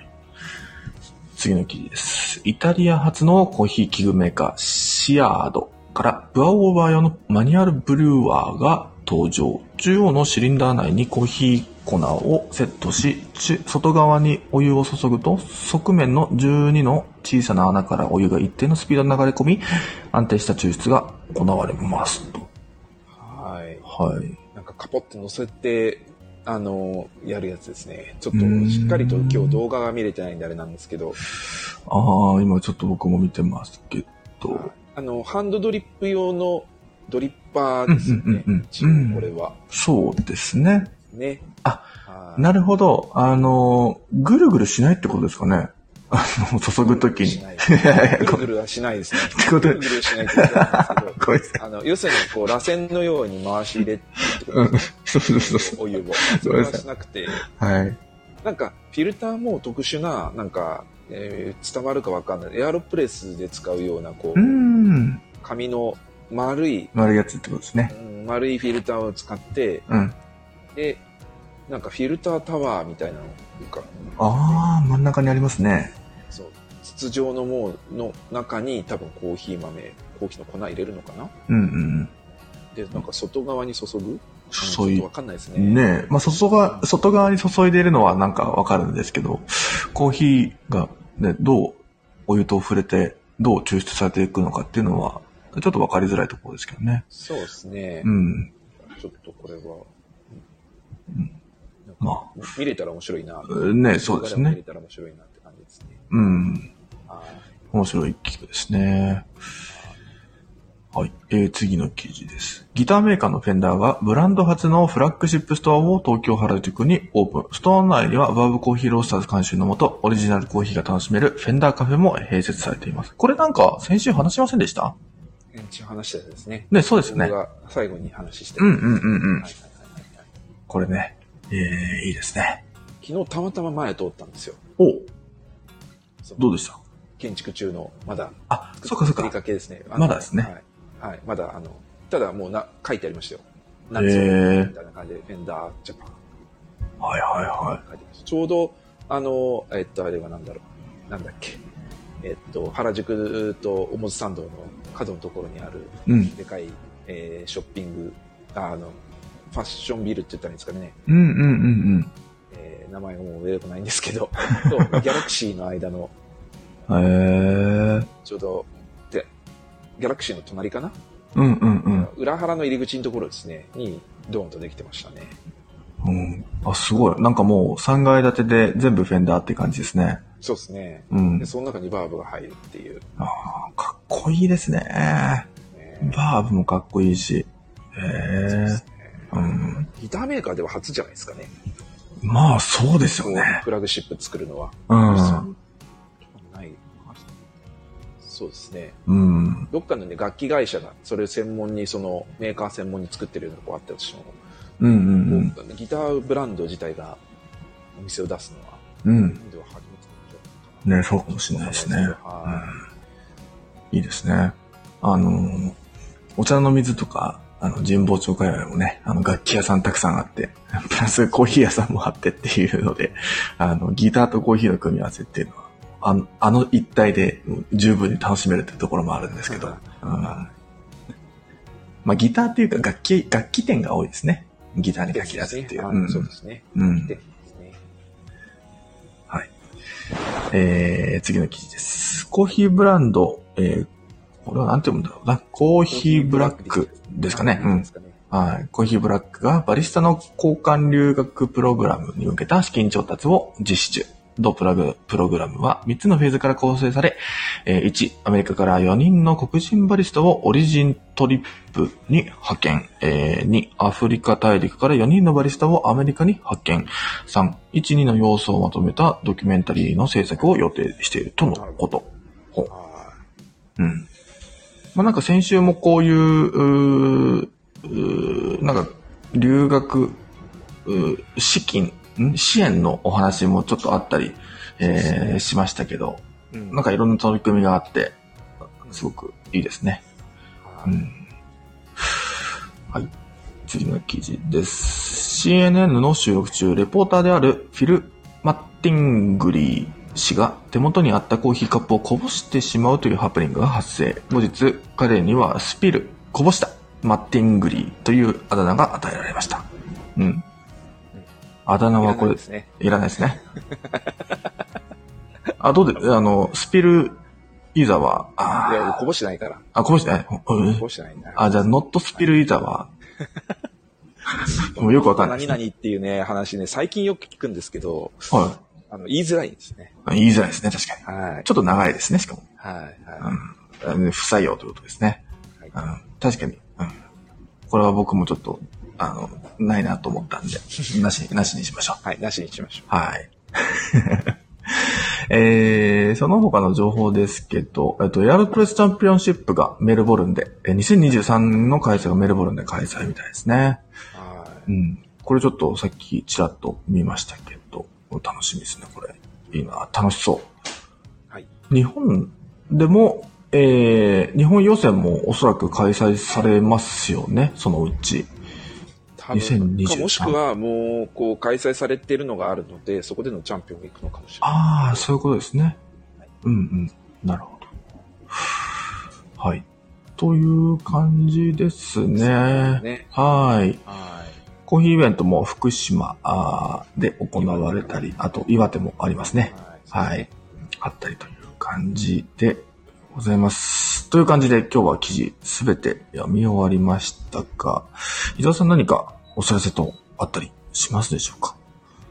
[SPEAKER 1] 次の記事です。イタリア発のコーヒー器具メーカー、シアードから、ブアオーバー用のマニュアルブリュワーが登場。中央のシリンダー内にコーヒー粉をセットし、ち外側にお湯を注ぐと、側面の12の小さな穴からお湯が一定のスピードで流れ込み、安定した抽出が行われますと。
[SPEAKER 2] い。はい。
[SPEAKER 1] はい。
[SPEAKER 2] なんかカポって乗せて、あの、やるやつですね。ちょっと
[SPEAKER 1] うーん
[SPEAKER 2] しっかりと今日動画が見れてないんであれなんですけど、
[SPEAKER 1] ああ、今ちょっと僕も見てますけど。
[SPEAKER 2] あの、ハンドドリップ用のドリッパーですよね
[SPEAKER 1] うんうんうんうん。
[SPEAKER 2] 一応これは。
[SPEAKER 1] そうですね。
[SPEAKER 2] ね。
[SPEAKER 1] あ
[SPEAKER 2] はい、
[SPEAKER 1] なるほど。あの、ぐるぐるしないってことですかね。あの、注ぐときに。
[SPEAKER 2] し
[SPEAKER 1] っ
[SPEAKER 2] ない
[SPEAKER 1] やい
[SPEAKER 2] ぐ
[SPEAKER 1] や
[SPEAKER 2] る
[SPEAKER 1] ご
[SPEAKER 2] ぐるはしないですね。
[SPEAKER 1] てこと
[SPEAKER 2] ぐ
[SPEAKER 1] で
[SPEAKER 2] るぐ、るはしないって言ったんですけど。
[SPEAKER 1] ごめんなさい。
[SPEAKER 2] あの、要するに、こう、螺旋のように回し入れてってこ
[SPEAKER 1] う
[SPEAKER 2] と
[SPEAKER 1] ん
[SPEAKER 2] で。
[SPEAKER 1] そうそうそうそ
[SPEAKER 2] すね、お湯を。そ
[SPEAKER 1] ごめ
[SPEAKER 2] れ
[SPEAKER 1] んな
[SPEAKER 2] は
[SPEAKER 1] さい
[SPEAKER 2] しなくて、
[SPEAKER 1] う。はい。
[SPEAKER 2] なんか、フィルターも特殊な、なんか、えー伝わるかわかんない。エアロプレスで使うような、こ
[SPEAKER 1] うー
[SPEAKER 2] う、
[SPEAKER 1] ん。
[SPEAKER 2] 紙の丸い、
[SPEAKER 1] 丸いやつってことですね。
[SPEAKER 2] うん丸いフィルターを使って、
[SPEAKER 1] うん。
[SPEAKER 2] で、なんかフィルタータワーみたいなのが、
[SPEAKER 1] ああ、真ん中にありますね。
[SPEAKER 2] そう、筒状のもうの中に多分コーヒー豆、コーヒーの粉入れるのかな
[SPEAKER 1] うんうんうん。
[SPEAKER 2] で、なんか外側に注ぐ
[SPEAKER 1] そう
[SPEAKER 2] うん
[SPEAKER 1] い
[SPEAKER 2] ちょっとわ
[SPEAKER 1] う。
[SPEAKER 2] かんないですね。
[SPEAKER 1] ねえ。まあ、外側、外側に注いでいるのはなんかわかるんですけど、コーヒーがね、どうお湯と触れて、どう抽出されていくのかっていうのは、ちょっとわかりづらいところですけどね。
[SPEAKER 2] そうですね。
[SPEAKER 1] うん。
[SPEAKER 2] ちょっとこれは、なんか
[SPEAKER 1] まあ、
[SPEAKER 2] 見れたら面白いな。
[SPEAKER 1] ねそうですね
[SPEAKER 2] 見れたら面白いなって感じですね。
[SPEAKER 1] うん。
[SPEAKER 2] はい
[SPEAKER 1] 面白い企画ですね。はい。えー、次の記事です。ギターメーカーのフェンダーがブランド初のフラッグシップストアを東京原宿にオープン。ストア内にはバーブコーヒーロースターズ監修のもと、オリジナルコーヒーが楽しめるフェンダーカフェも併設されています。これなんか先週話しませんでした
[SPEAKER 2] 一応話したやつですね。
[SPEAKER 1] ね、そうですね
[SPEAKER 2] 僕。が最後に話して。
[SPEAKER 1] うんうんうんうん
[SPEAKER 2] はいはいはいはい
[SPEAKER 1] これね。えー、いいですね。
[SPEAKER 2] 昨日たまたま前通ったんですよ。
[SPEAKER 1] お
[SPEAKER 2] その
[SPEAKER 1] どうでした
[SPEAKER 2] 建築中の、まだ、
[SPEAKER 1] あ、そっかそっ
[SPEAKER 2] 作り
[SPEAKER 1] か。
[SPEAKER 2] かけですね。あの
[SPEAKER 1] まだですね。
[SPEAKER 2] はい。はいまだ、あの、ただもうな、書いてありましたよ。
[SPEAKER 1] へー
[SPEAKER 2] みたいな感じで、フェンダージャパン
[SPEAKER 1] はいはいは
[SPEAKER 2] 書いてました。ちょうど、あの、えっと、あれはなんだろう。なんだっけ。えっと、原宿と表参道の角のところにある、
[SPEAKER 1] い。うん。
[SPEAKER 2] でかい、えーショッピング、ああの、ファッションビルって言ったらいいんですかね。
[SPEAKER 1] うんうんうん
[SPEAKER 2] えー名前がもう出てこないんです けど、とギャラクシーの間の、
[SPEAKER 1] うん。へー。
[SPEAKER 2] ちょうど、で、ギャラクシーの隣かな、
[SPEAKER 1] うんうんうん。
[SPEAKER 2] 裏腹の入り口のところですね、に、ドーンとできてましたね。
[SPEAKER 1] うん。あ、すごい。なんかもう3階建てで全部フェンダーって感じですね。
[SPEAKER 2] そうですね。
[SPEAKER 1] うん
[SPEAKER 2] で、。その中にバーブが入るっていう、
[SPEAKER 1] あーかっこいいですね。
[SPEAKER 2] ね。
[SPEAKER 1] バーブもかっこいいし。へ
[SPEAKER 2] そうで
[SPEAKER 1] え
[SPEAKER 2] す。
[SPEAKER 1] う
[SPEAKER 2] ね
[SPEAKER 1] ん。
[SPEAKER 2] ギターメーカーでは初じゃないですかね。
[SPEAKER 1] まあ、そうですよ
[SPEAKER 2] こう
[SPEAKER 1] ね。
[SPEAKER 2] フラグシップ作るのは。
[SPEAKER 1] うん。
[SPEAKER 2] ないそうですね。
[SPEAKER 1] うん。
[SPEAKER 2] どっかのね、楽器会社が、それを専門に、その、メーカー専門に作ってるようなとこあったとしても、
[SPEAKER 1] うんうん
[SPEAKER 2] ギターブランド自体がお店を出すのは、
[SPEAKER 1] うん。うん。
[SPEAKER 2] では初めてなんじゃないか
[SPEAKER 1] ね、そ
[SPEAKER 2] な
[SPEAKER 1] うかもしれないですね。う
[SPEAKER 2] は
[SPEAKER 1] んいいですね。あの、お茶の水とか、あの、神保町界隈もね、あの、楽器屋さんたくさんあって、 プラスコーヒー屋さんもあってっていうので、あの、ギターとコーヒーの組み合わせっていうのは、あのあの一体でもう十分に楽しめるってところもあるんですけど、
[SPEAKER 2] う
[SPEAKER 1] うんん、まあ、ギターっていうか楽器、楽器店が多いですね。ギターに
[SPEAKER 2] い。
[SPEAKER 1] 限らずっていう。
[SPEAKER 2] あ
[SPEAKER 1] うん
[SPEAKER 2] そうですね。
[SPEAKER 1] うん
[SPEAKER 2] でですね。
[SPEAKER 1] えー、次の記事です。コーヒーブランド、えー、これはなんて読むんだろうな。コーヒーブラックですかね。う
[SPEAKER 2] で
[SPEAKER 1] ん
[SPEAKER 2] す。かね
[SPEAKER 1] はい。コーヒーブラックがバリスタの交換留学プログラムに向けた資金調達を実施中。同プラグプログラムは3つのフェーズから構成され、えー1、アメリカから4人の黒人バリスタをオリジントリップに派遣。えー2、アフリカ大陸から4人のバリスタをアメリカに派遣。3、1、2の要素をまとめたドキュメンタリーの制作を予定しているとのこと。
[SPEAKER 2] あ
[SPEAKER 1] うん。まあ、なんか先週もこういう、うーうーなんか、留学、うー資金、ん支援のお話もちょっとあったり、
[SPEAKER 2] そうです
[SPEAKER 1] えー
[SPEAKER 2] ね
[SPEAKER 1] しましたけど、
[SPEAKER 2] ーうん
[SPEAKER 1] なんかいろんな取り組みがあって、すごくいいですね。
[SPEAKER 2] は
[SPEAKER 1] う
[SPEAKER 2] い
[SPEAKER 1] んはい。次の記事です。CNN の収録中、レポーターであるフィル・マッティングリー氏が手元にあったコーヒーカップをこぼしてしまうというハプニングが発生。後日、彼にはスピル、こぼした、マッティングリーというあだ名が与えられました。うん。あだ名はこ
[SPEAKER 2] いら
[SPEAKER 1] れ
[SPEAKER 2] ないで、すね。
[SPEAKER 1] いらないですね。あ、どうで、あの、スピル、イザは、
[SPEAKER 2] いや、
[SPEAKER 1] あー
[SPEAKER 2] こぼしてないから。
[SPEAKER 1] あ、こぼしてない。うん
[SPEAKER 2] こぼしてないんだ。
[SPEAKER 1] あ、じゃあ、ノットスピルイーター は、もうよくわかんないで
[SPEAKER 2] 何
[SPEAKER 1] す、ね。
[SPEAKER 2] 々っていうね、話ね、最近よく聞くんですけど、
[SPEAKER 1] は
[SPEAKER 2] あの、言いづらいんですね。
[SPEAKER 1] い。言いづらいですね、確かに。
[SPEAKER 2] はい。
[SPEAKER 1] ちょっと長いですね、しかも。
[SPEAKER 2] はい。は
[SPEAKER 1] うん。不採用ということですね。
[SPEAKER 2] い
[SPEAKER 1] うん
[SPEAKER 2] はい。。
[SPEAKER 1] 確かに。うん。これは僕もちょっと、あの、ないなと思ったん で、なし、なしにしましょう。
[SPEAKER 2] はい。なしにしましょ
[SPEAKER 1] はい。 えー、その他の情報ですけど、えっと、エアロプレスチャンピオンシップがメルボルンで、え2023の開催がメルボルンで開催みたいですね。
[SPEAKER 2] う。は
[SPEAKER 1] うん。これちょっとさっきちらっと見ましたけど、楽しみですね、これ。いいな、楽しそ
[SPEAKER 2] い。はい。
[SPEAKER 1] う。日本でも、えー、日本予選もおそらく開催されますよね、そのうち。
[SPEAKER 2] 多分
[SPEAKER 1] 2023
[SPEAKER 2] かもしくはもうこう開催されているのがあるのでそこでのチャンピオンが行くのかもしれない
[SPEAKER 1] ああ、そういうことですね。うんうん。なるほど。はい。という感じですね。
[SPEAKER 2] ね
[SPEAKER 1] はい。
[SPEAKER 2] はい
[SPEAKER 1] コーヒーイベントも福島あーで行われたり、あと岩手もありますね。
[SPEAKER 2] は
[SPEAKER 1] はいい。あったりという感じでございます。という感じで今日は記事すべて読み終わりましたが、伊沢さん何かお知らせとあったりしますでしょうか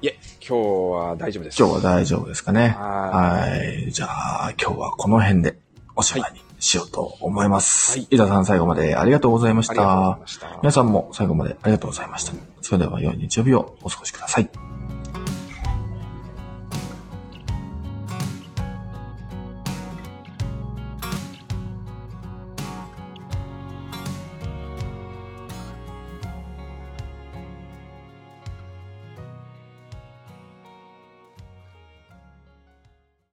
[SPEAKER 2] いえ今日は大丈夫です
[SPEAKER 1] 今日は大丈夫ですかね。
[SPEAKER 2] は
[SPEAKER 1] はい。じゃあ今日はこの辺でおしまいにしようと思います。
[SPEAKER 2] はい
[SPEAKER 1] 井田さん最後までありがとうございまし
[SPEAKER 2] ありがとうござい
[SPEAKER 1] た
[SPEAKER 2] ま。した。
[SPEAKER 1] 皆さんも最後までありがとうございました。それでは良い日曜日をお過ごしください。